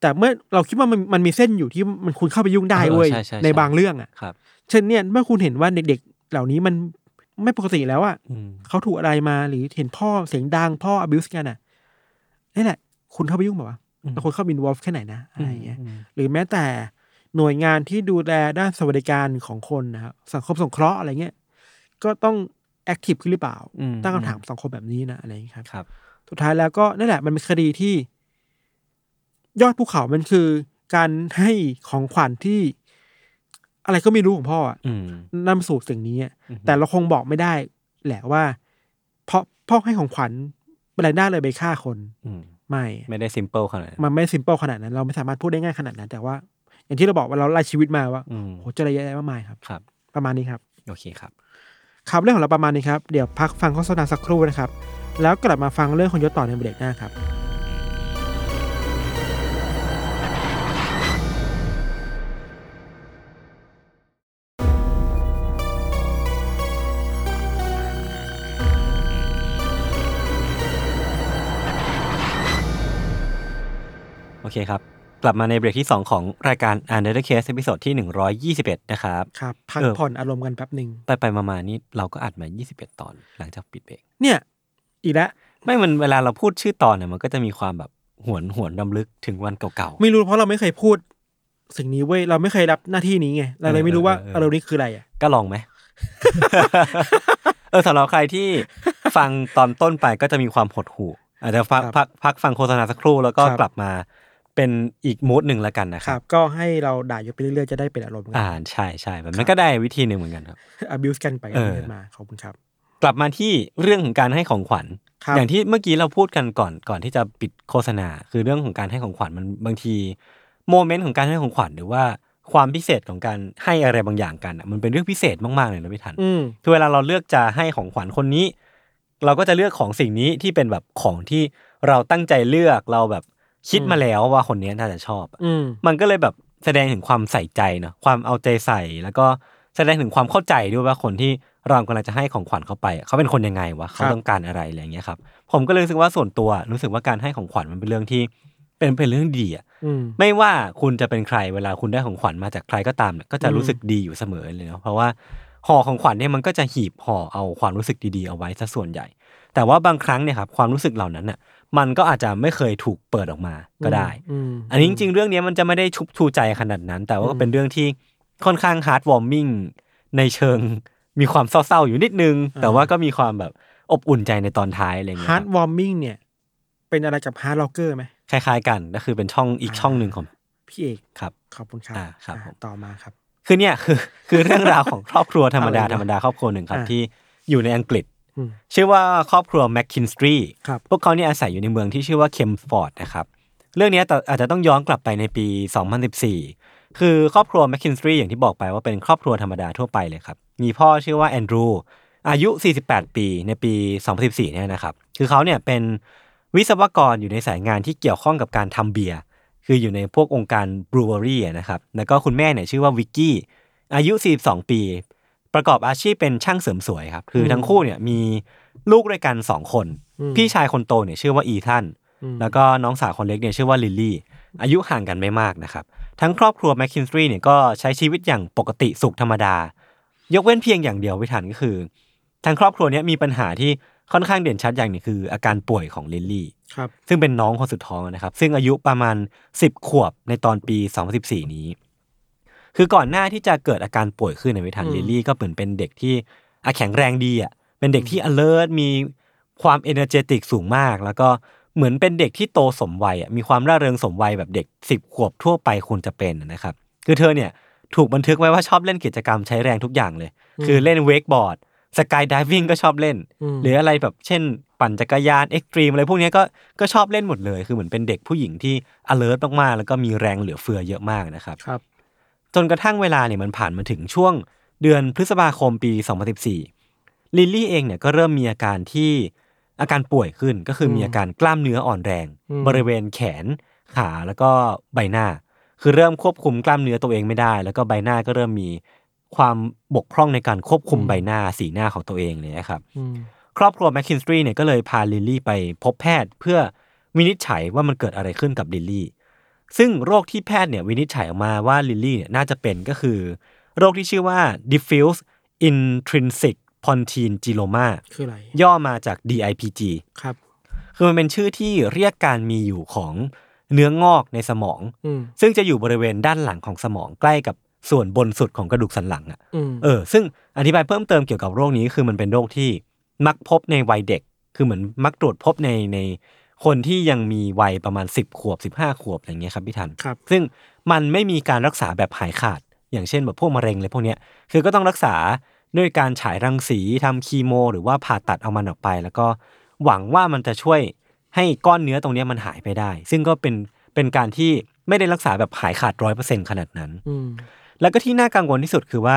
Speaker 3: แต่เมื่อเราคิดว่ามันมันมีเส้นอยู่ที่มันควรเข้าไปยุ่งได้
Speaker 2: เออ
Speaker 3: เว้ย
Speaker 2: ใช่ใช่ใช่
Speaker 3: บางเรื่องอะ
Speaker 2: ครับ
Speaker 3: เช่นเนี่ยเมื่อคุณเห็นว่าเด็กๆ เหล่านี้มันไม่ปกติแล้วอะ
Speaker 2: อืม
Speaker 3: เขาถูกอะไรมาหรือเห็นพ่อเสียงดังพ่อ abuse กันอ่ะนี่นแหละ คุณเข้าไปยุ่งแบบว่า
Speaker 2: อืม
Speaker 3: คุณเข้าบินวอลฟแค่ไหนนะอะไรอย่างเงี้ย
Speaker 2: อืม
Speaker 3: หรือแม้แต่หน่วยงานที่ดูแลด้านสวัสดิการของคนนะครับสังคมสงเคราะห์อะไรเงี้ยก็ต้องแอคทีฟขึ้นหรือเปล่า
Speaker 2: อื
Speaker 3: ตั้งคำถามสังคมแบบนี้นะอะไรอย่างเงี้ยครับ
Speaker 2: ครับ
Speaker 3: สุดท้ายแล้วก็นั่นแหละมันเป็นคดีที่ ยอดภูเขามันคือ การให้ของขวัญที่ อะไรก็ไม่รู้ของพ่ออะ
Speaker 2: อืม
Speaker 3: นำสู่สิ่งนี้อะ
Speaker 2: อือหือ
Speaker 3: แต่เราคงบอกไม่ได้แหละว่า เพราะพ่อให้ของขวัญแบรนด้าเลยไปฆ่าคน
Speaker 2: อืม
Speaker 3: ไม่
Speaker 2: ไม่ได้ซิมเปิลขนาดนั้น
Speaker 3: มันไม่ซิมเปิลขนาดนั้น เราไม่สามารถพูดได้ง่ายขนาดนั้น แต่ว่า อย่างที่เราบอกว่าเราไล่ชีวิตมาว่า
Speaker 2: อืม
Speaker 3: โหเจออะไรเยอะแยะมากมายครับ
Speaker 2: ครับ
Speaker 3: ประมาณนี้ครับ
Speaker 2: โอเคครับ
Speaker 3: ครับเรื่องของเราประมาณนี้ครับ เดี๋ยวพักฟังโฆษณาสักครู่นะครับ แล้วกลับมาฟังเรื่องของยศต่อในเบรกหน้าครับ
Speaker 2: โอเคครับ กลับมาในเบรกที่ 2 ของรายการ Under the Case ตอนที่ 121 นะครับ
Speaker 3: ครับ พัก
Speaker 2: เออ
Speaker 3: ผ่อนอารมณ์กันแป๊บหนึ่ง
Speaker 2: ไปไปๆมาๆนี่เราก็อัดมา 21 ตอน หลังจากปิดเบรก
Speaker 3: เนี่ย อีกแล้ว
Speaker 2: ไม่มันเวลาเราพูดชื่อตอนเนี่ยมันก็จะมีความแบบหวนหวนดำลึกถึงวันเก่า
Speaker 3: ไม่รู้เพราะเราไม่เคยพูด สิ่งนี้เว้ยเราไม่เคยรับหน้าที่นี้ไงเราเลยไม่รู้ว่า
Speaker 2: เออเออเออ
Speaker 3: อารมณ์นี้คืออะไรอ่ะ
Speaker 2: ๆ ก็ลองไห
Speaker 3: (laughs)
Speaker 2: ม เออสำหรับใครที่ฟังตอนต้นไปก็จะมีความหดหู่อาจจะพัก
Speaker 3: ครับ
Speaker 2: พักพักฟังโฆษณาสักครู่แล้วก็
Speaker 3: ครับ
Speaker 2: กลับมาเป็นอีกมูดหนึ่งแล้วกันนะค
Speaker 3: ครั
Speaker 2: รับ
Speaker 3: บ ก็ให้เราด่ายศไปเรื่อยๆจะได้เป็นอารมณ์กัน
Speaker 2: อ่าใช่ใช่แบบนั้นก็ได้วิธีหนึ่งเหมือนกันครับ
Speaker 3: abuse กันไป
Speaker 2: เออ
Speaker 3: เรื่อยๆมาขอบคุณครับ
Speaker 2: กลับมาที่เรื่องของการให้ของขวัญ
Speaker 3: ครับ
Speaker 2: อย่างที่เมื่อกี้เราพูดกันก่อนก่อนที่จะปิดโฆษณา คือเรื่องของการให้ของขวัญมันบางทีโมเมนต์ของการให้ของขวัญหรือว่าความพิเศษของการให้อะไรบางอย่างกันอะมันเป็นเรื่องพิเศษมากๆเลยนะพี่ทัน
Speaker 3: อืม
Speaker 2: คือเวลาเราเลือกจะให้ของขวัญคนนี้ เราก็จะเลือกของสิ่งนี้ที่เป็นแบบของที่เราตั้งใจเลือกเราแบบคิด
Speaker 3: อืม
Speaker 2: มาแล้วว่าคนเนี้ยน่าจะชอบอะ
Speaker 3: อืม
Speaker 2: มันก็เลยแบบแสดงถึงความใส่ใจเนาะความเอาใจใส่ แล้วก็แสดงถึงความเข้าใจด้วยว่าคนที่เรากำลังจะให้ของขวัญเขาไปอะเขาเป็นคนยังไงวะเขา
Speaker 3: ครับ
Speaker 2: ต้องการอะไรอะไรอย่างเงี้ยครับ ผมก็เลยรู้สึกว่าส่วนตัวรู้สึกว่าการให้ของขวัญมันเป็นเรื่องที่เป็นเป็นเรื่องดีอะ
Speaker 3: อืม
Speaker 2: ไม่ว่าคุณจะเป็นใครเวลาคุณได้ของขวัญมาจากใครก็ตามเนี่ยก็จะ
Speaker 3: อืม
Speaker 2: รู้สึกดีอยู่เสมอเลยเนาะเพราะว่าห่อของขวัญเนี่ยมันก็จะหีบห่อเอาความรู้สึกดีๆเอาไว้ซะส่วนใหญ่ แต่ว่าบางครั้งเนี่ยครับความรู้สึกเหล่านั้นน่ะมันก็อาจจะไม่เคยถูกเปิดออกมาก็ได้
Speaker 3: อืม
Speaker 2: อันนี้จริงๆ เรื่องนี้มันจะไม่ได้ชุบชูใจขนาดนั้น แต่ว่า
Speaker 3: อื
Speaker 2: ก็
Speaker 3: ม
Speaker 2: เป็นเรื่องที่ค่อนข้างฮาร์ดวอร์มมิ่งในเชิงมีความเศร้าๆ อยู่นิดนึง แต่ว่าก็มีความแบบอบอุ่นใจในตอนท้ายอะไรเงี้ยค
Speaker 3: ฮา
Speaker 2: รั
Speaker 3: ร์ด
Speaker 2: บ
Speaker 3: วอร์มิ่งเนี่ย เป็นอะไรกับฮาร์ดล็อกเกอร์ไหม
Speaker 2: คล้ายๆกันก็คือเป็นช่องอีก
Speaker 3: อ่า
Speaker 2: ช่องหนึ่งของ
Speaker 3: พี่เอก
Speaker 2: ครับ
Speaker 3: ขอบคุณครับ
Speaker 2: อ่าครับ
Speaker 3: อ่า
Speaker 2: ผม
Speaker 3: ต่อมาครับ
Speaker 2: คือเนี่ยคือคือเรื่องราวของครอบครัวธรรมดา
Speaker 3: อะ
Speaker 2: ธ
Speaker 3: ไรวะ
Speaker 2: รรมดาครอบครัวหนึ่งครับ
Speaker 3: อ่า
Speaker 2: ที่อยู่ในอังกฤษ
Speaker 3: อืม
Speaker 2: ชื่อว่าครอบครัวแมคคินสตรี
Speaker 3: ครับ
Speaker 2: พวกเขาเนี่ยอาศัยอยู่ในเมืองที่ชื่อว่าเคมฟอร์ดนะครับ เรื่องเนี้ยต่ออาจจะต้องย้อนกลับไปในปี 2014 คือครอบครัวแมคคินสตรีอย่างที่บอกไปว่าเป็นครอบครัวธรรมดาทั่วไปเลยครับ มีพ่อชื่อว่าแอนดรูอายุ 48 ปีในปี 2014 เนี่ยนะครับ คือเขาเนี่ยเป็นวิศวกรอยู่ในสายงานที่เกี่ยวข้องกับการทำเบียร์ คืออยู่ในพวกองค์การบรูเวอรี่นะครับ แล้วก็คุณแม่เนี่ยชื่อว่าวิกกี้ อายุ 42 ปี ประกอบอาชีพเป็นช่างเสริมสวยครับ คือ
Speaker 3: ม
Speaker 2: ทั้งคู่เนี่ยมีลูกด้วยกัน 2 คน
Speaker 3: อืม
Speaker 2: พี่ชายคนโตเนี่ยชื่อว่าอีท่าน
Speaker 3: อืม
Speaker 2: แล้วก็น้องสาวคนเล็กเนี่ยชื่อว่าลิลลี่ อายุห่างกันไม่มากนะครับ ทั้งครอบครัวแมคคินสตรีเนี่ยก็ใช้ชีวิตอย่างปกติสุขธรรมดา ยกเว้นเพียงอย่างเดียวไวิทันก็คือ ทั้งครอบครัวเนี่ยมีปัญหาที่ค่อนข้างเด่นชัดอย่างหนึงคือ อาการป่วยของลิลลี่
Speaker 3: ครับ
Speaker 2: ซึ่งเป็นน้องคนสุดท้องนะครับ ซึ่งอายุประมาณ 10 ขวบในตอนปี 2014 นี้ คือก่อนหน้าที่จะเกิดอาการป่วยขึ้นในวิถันลิลลี่ก็เหมือนเป็นเด็กที่อะแข็งแรงดีอ่ะเป็นเด็กที่ alert มีความเอเนอร์เจติกสูงมาก แล้วก็เหมือนเป็นเด็กที่โตสมวัยอ่ะมีความร่าเริงสมวัยแบบเด็ก 10 ขวบทั่วไปควรจะเป็นนะครับ คือเธอเนี่ยถูกบันทึกไว้ว่าชอบเล่นกิจกรรมใช้แรงทุกอย่างเลย คือเล่นเวกบอร์ดสกายดิวิ่งก็ชอบเล่น
Speaker 3: ม
Speaker 2: หรืออะไรแบบเช่น ปั่นจักรยานเอ็กตรีมอะไรพวกเนี้ยก็ก็ชอบเล่นหมดเลย คือเหมือนเป็นเด็กผู้หญิงที่ alert มากๆ แล้วก็มีแรงเหลือเฟือเยอะมากนะครับ
Speaker 3: ครับ
Speaker 2: จนกระทั่งเวลาเนี่ยมันผ่านมาถึงช่วงเดือนพฤษภาคมปี 2014 ลิลลี่เองเนี่ยก็เริ่มมีอาการที่อาการป่วยขึ้นก็คืออ
Speaker 3: ม
Speaker 2: มีอาการกล้ามเนื้ออ่อนแรง
Speaker 3: อืม
Speaker 2: บริเวณแขน ขาแล้วก็ใบหน้า คือเริ่มควบคุมกล้ามเนื้อตัวเองไม่ได้ แล้วก็ใบหน้าก็เริ่มมีความบกพร่องในการควบคุมใบหน้าสีหน้าของตัวเองเลยนะครับ
Speaker 3: อืม
Speaker 2: ครอบครัวแมคคินสตรีเนี่ยก็เลยพาลิลลี่ไปพบแพทย์ เพื่อวินิจฉัยว่ามันเกิดอะไรขึ้นกับลิลลี่ ซึ่งโรคที่แพทย์เนี่ยวินิจฉัยออกมาว่าลิลลี่เนี่ยน่าจะเป็นก็คือ โรคที่ชื่อว่า diffuse intrinsic pontine glioma
Speaker 3: คืออะไร
Speaker 2: ย่อมาจาก DIPG
Speaker 3: ครับ
Speaker 2: คือมันเป็นชื่อที่เรียกการมีอยู่ของเนื้องอกในสมอง
Speaker 3: อืม
Speaker 2: ซึ่งจะอยู่บริเวณด้านหลังของสมองใกล้กับส่วนบนสุดของกระดูกสันหลังอะ
Speaker 3: อืม
Speaker 2: เออซึ่งอธิบายเพิ่มเติมเกี่ยวกับโรคนี้คือมันเป็นโรคที่มักพบในวัยเด็ก คือเหมือนมักตรวจพบในในคนที่ยังมีวัยประมาณ 10 ขวบ 15 ขวบอะไรเงี้ยครับพี่ทัน
Speaker 3: ครับ
Speaker 2: ซึ่งมันไม่มีการรักษาแบบหายขาด อย่างเช่นแบบพวกมะเร็งอะไรพวกเนี้ยคือก็ต้องรักษาด้วยการฉายรังสีทำคีโม หรือว่าผ่าตัดเอามันออกไป แล้วก็หวังว่ามันจะช่วยให้ก้อนเนื้อตรงเนี้ยมันหายไปได้ ซึ่งก็เป็นเป็นการที่ไม่ได้รักษาแบบหายขาดร้อยเปอร์เซ็นขนาดนั้น
Speaker 3: อืม
Speaker 2: แล้วก็ที่น่ากังวลที่สุดคือว่า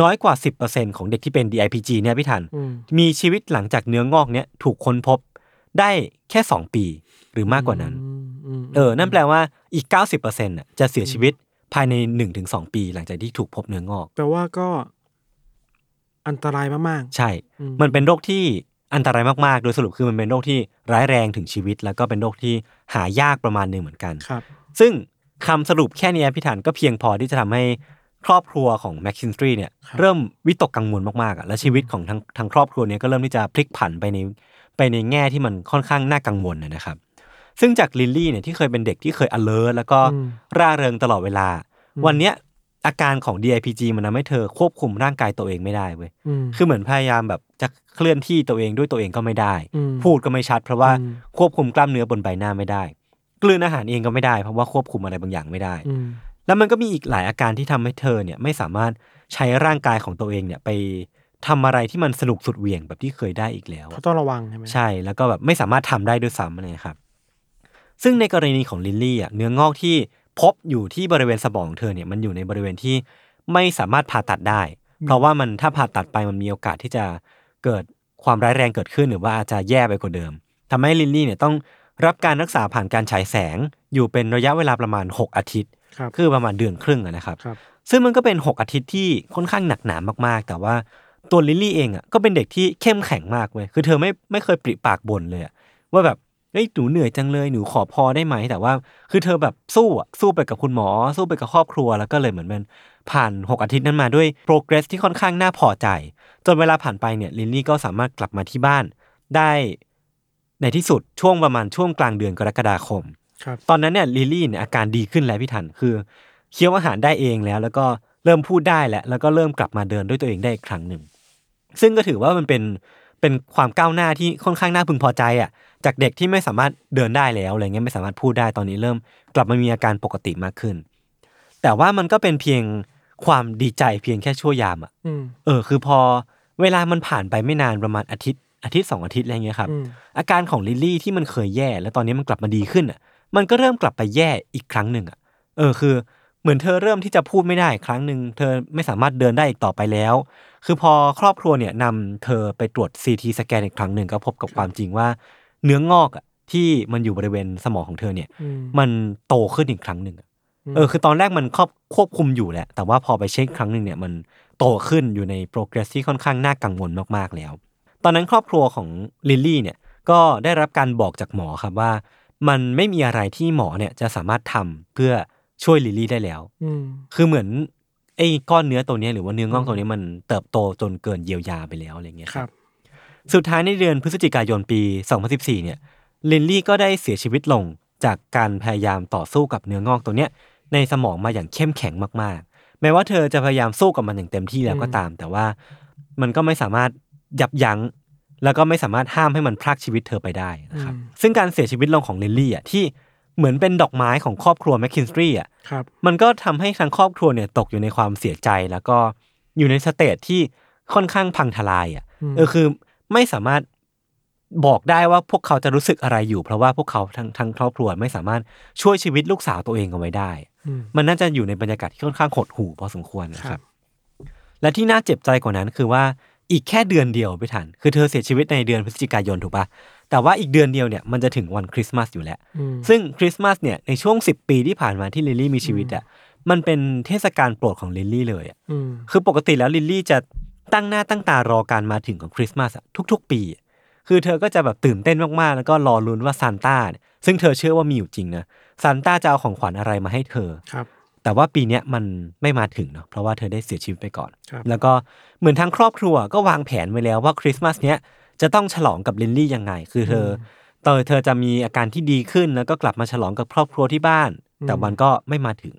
Speaker 2: น้อยกว่า 10%ของเด็กที่เป็น DIPG เนี่ยพี่ทัน
Speaker 3: อืม
Speaker 2: มีชีวิตหลังจากเนื้องอกเนี่ยถูกค้นพบได้แค่ 2 ปีหรือมากกว่านั้น
Speaker 3: อืมอืม
Speaker 2: เออ นั่นแปลว่าอีก 90%น่ะจะเสียชีวิตภายใน 1-2 ปี หลังจากที่ถูกพบเนื้องอก
Speaker 3: แปลว่าก็ อันตรายมาก
Speaker 2: ใช่
Speaker 3: ๆอื
Speaker 2: มันเป็นโรคที่อันตรายมากๆ โดยสรุปคือมันเป็นโรคที่ร้ายแรงถึงชีวิต แล้วก็เป็นโรคที่หายากประมาณหนึงเหมือนกัน
Speaker 3: ครับ
Speaker 2: ซึ่ง คำสรุปแค่เนี้ยพี่ฐานก็เพียงพอที่จะทำให้ครอบครัวของแม็กซินสตรีเนี่ยเริ่มวิตกกังวลมากๆอะและชีวิตของทางทางครอบครัวเนี่ยก็เริ่มที่จะพลิกผันไปในไปในแง่ที่มันค่อนข้างน่ากังวลนะนะครับ ซึ่งจากลิลลี่เนี่ยที่เคยเป็นเด็กที่เคย alert แล้วก็
Speaker 3: อืม
Speaker 2: ร่าเริงตลอดเวลา วันเนี้ยอาการของ DIPG มันทำให้เธอควบคุมร่างกายตัวเองไม่ได้เว้ย
Speaker 3: อืม
Speaker 2: คือเหมือนพยายามแบบจะเคลื่อนที่ตัวเองด้วยตัวเองก็ไม่ได้
Speaker 3: อืม
Speaker 2: พูดก็ไม่ชัด เพราะว่า
Speaker 3: อืม
Speaker 2: ควบคุมกล้ามเนื้อบนใบหน้าไม่ได้ กลืนอาหารเองก็ไม่ได้เพราะว่าควบคุมอะไรบางอย่างไม่ได้
Speaker 3: อืม
Speaker 2: แล้วมันก็มีอีกหลายอาการที่ทำให้เธอเนี่ยไม่สามารถใช้ร่างกายของตัวเองเนี่ยไปทำอะไรที่มันสนุกสุดเหวี่ยงแบบที่เคยได้อีกแล้ว
Speaker 3: เขา
Speaker 2: อะ
Speaker 3: ต้องระวังใช่ไหม
Speaker 2: ใช่แล้วก็แบบไม่สามารถทำได้ด้วยซ้ำอะไรนะครับ ซึ่งในกรณีของลิลลี่อ่ะเนื้องอกที่พบอยู่ที่บริเวณสมองเธอเนี่ยมันอยู่ในบริเวณที่ไม่สามารถผ่าตัดได้ เพราะว่ามันถ้าผ่าตัดไปมันมีโอกาสที่จะเกิดความร้ายแรงเกิดขึ้นหรือว่าอาจจะแย่ไปกว่าเดิมทำให้ลิลลี่เนี่ยต้องรับการรักษาผ่านการฉายแสง อยู่เป็นระยะเวลาประมาณ 6 อาทิตย์
Speaker 3: ครับ
Speaker 2: คือประมาณเดือนครึ่งอะนะครับ
Speaker 3: ครับ
Speaker 2: ซึ่งมันก็เป็น 6 อาทิตย์ที่ค่อนข้างหนักหนามากๆ แต่ว่าตัวลิลลี่เองอ่ะก็เป็นเด็กที่เข้มแข็งมากเว้ย คือเธอไม่ไม่เคยปริปากบ่นเลยอะว่าแบบเฮ้ยหนูเหนื่อยจังเลย หนูขอพอได้ไหม แต่ว่าคือเธอแบบสู้อะสู้ไปกับคุณหมอ สู้ไปกับครอบครัว แล้วก็เลยเหมือนมันผ่าน 6 อาทิตย์นั้นมาด้วย progress ที่ค่อนข้างน่าพอใจ จนเวลาผ่านไปเนี่ยลิลลี่ก็สามารถกลับมาที่บ้านได้ในที่สุดช่วงประมาณช่วงกลางเดือนกรกฎาคม
Speaker 3: ครับ
Speaker 2: ตอนนั้นเนี่ยลิลลี่เนี่ยอาการดีขึ้นแล้วพี่ทันคือเคี้ยวอาหารได้เองแล้ว แล้วก็เริ่มพูดได้แล้วแล้วก็เริ่มกลับมาเดินด้วยตัวเองได้อีกครั้งหนึ่ง ซึ่งก็ถือว่ามันเป็นเป็นความก้าวหน้าที่ค่อนข้างน่าพึงพอใจอ่ะจากเด็กที่ไม่สามารถเดินได้แล้วอะไรเงี้ยไม่สามารถพูดได้ตอนนี้เริ่มกลับมามีอาการปกติมากขึ้น แต่ว่ามันก็เป็นเพียงความดีใจเพียงแค่ชั่วยามอ่ะ
Speaker 3: อืม
Speaker 2: เออคือพอเวลามันผ่านไปไม่นานประมาณอาทิตย์อาทิตย์สองอาทิตย์อะไรเงี้ยครับ
Speaker 3: อืม
Speaker 2: อาการของลิลลี่ที่มันเคยแย่ แล้วตอนนี้มันกลับมาดีขึ้นอ่ะ มันก็เริ่มกลับไปแย่อีกครั้งหนึ่งอ่ะ เออคือ เหมือนเธอเริ่มที่จะพูดไม่ได้อีกครั้งหนึ่งเธอไม่สามารถเดินได้อีกต่อไปแล้ว คือพอครอบครัวเนี่ยนำเธอไปตรวจซีทีสแกนอีกครั้งหนึ่งก็พบกับความจริงว่า เนื้องอกอ่ะที่มันอยู่บริเวณสมองของเธอเนี่ย
Speaker 3: อืม
Speaker 2: มันโตขึ้นอีกครั้งหนึ่งอะ
Speaker 3: อืม
Speaker 2: เออ คือตอนแรกมันครอบควบคุมอยู่แหละ แต่ว่าพอไปเช็คครั้งหนึ่งเนี่ย มันโตขึ้นอยู่ใน progress ที่ค่อนข้างน่ากังวลมากๆแล้ว ตอนนั้นครอบครัวของลิลลี่เนี่ย ก็ได้รับการบอกจากหมอครับว่า มันไม่มีอะไรที่หมอเนี่ยจะสามารถทำเพื่อช่วยลิลลี่ได้แล้ว
Speaker 3: อืม
Speaker 2: คือเหมือนไอ้ก้อนเนื้อตัวเนี้ยหรือว่าเนื้องอกตัวเนี้ยมันเติบโตจนเกินเยียวยาไปแล้วอะไรเงี้ย
Speaker 3: ครับ
Speaker 2: สุดท้ายในเดือนพฤศจิกายนปี 2014 เนี่ย ลินลี่ก็ได้เสียชีวิตลงจากการพยายามต่อสู้กับเนื้องอกตัวเนี้ยในสมองมาอย่างเข้มแข็งมากๆ แม้ว่าเธอจะพยายามสู้กับมันอย่างเต็มที่แล้วก็ตาม แต่ว่ามันก็ไม่สามารถยับยั้ง แล้วก็ไม่สามารถห้ามให้มันพรากชีวิตเธอไปได้นะครับ
Speaker 3: อืม
Speaker 2: ซึ่งการเสียชีวิตลงของลินลี่อ่ะที่เหมือนเป็นดอกไม้ของครอบครัวแมคคินสตรีอ่ะ
Speaker 3: ครับ
Speaker 2: มันก็ทำให้ทางครอบครัวเนี่ยตกอยู่ในความเสียใจแล้วก็อยู่ในสเตจที่ค่อนข้างพังทลายอ่ะ
Speaker 3: อืม
Speaker 2: เออคือไม่สามารถบอกได้ว่าพวกเขาจะรู้สึกอะไรอยู่ เพราะว่าพวกเขาทั้งทั้งครอบครัวไม่สามารถช่วยชีวิตลูกสาวตัวเองเอาไว้ได้
Speaker 3: อืม
Speaker 2: มันน่าจะอยู่ในบรรยากาศที่ค่อนข้างหดหู่พอสมควรนะค
Speaker 3: ครั
Speaker 2: รับ
Speaker 3: บ
Speaker 2: และที่น่าเจ็บใจกว่านั้นคือว่าอีกแค่เดือนเดียวพี่ทัน คือเธอเสียชีวิตในเดือนพฤศจิกายนถูกปะแต่ว่าอีกเดือนเดียวเนี่ยมันจะถึงวันคริสต์มาสอยู่แล้ว
Speaker 3: อืม
Speaker 2: ซึ่งคริสต์มาสเนี่ยในช่วง 10 ปีที่ผ่านมาที่ลิลลี่มีชีวิตอ่ะมันเป็นเทศกาลโปรดของลิลลี่เลยอะ
Speaker 3: อืม
Speaker 2: คือปกติแล้วลิลลี่จะตั้งหน้าตั้งตารอการมาถึงของคริสต์มาสอะทุกๆ ปีอะคือเธอก็จะแบบตื่นเต้นมากๆ แล้วก็รอลุ้นว่าซานต้าเนี่ยซึ่งเธอเชื่อว่ามีอยู่จริงนะซานต้าจะเอาของขวัญอะไรมาให้เธอ
Speaker 3: ครับ
Speaker 2: แต่ว่าปีเนี้ยมันไม่มาถึงเนาะเพราะว่าเธอได้เสียชีวิตไปก่อน
Speaker 3: ครับ
Speaker 2: แล้วก็เหมือนทางครอบครัวก็วางแผนไว้แล้วว่าคริสต์มาสเนี้ยจะต้องฉลองกับลินลี่ยังไง คือเธอเธอเธอจะมีอาการที่ดีขึ้นแล้วก็กลับมาฉลองกับครอบครัวที่บ้าน แต่มันก็ไม่มาถึง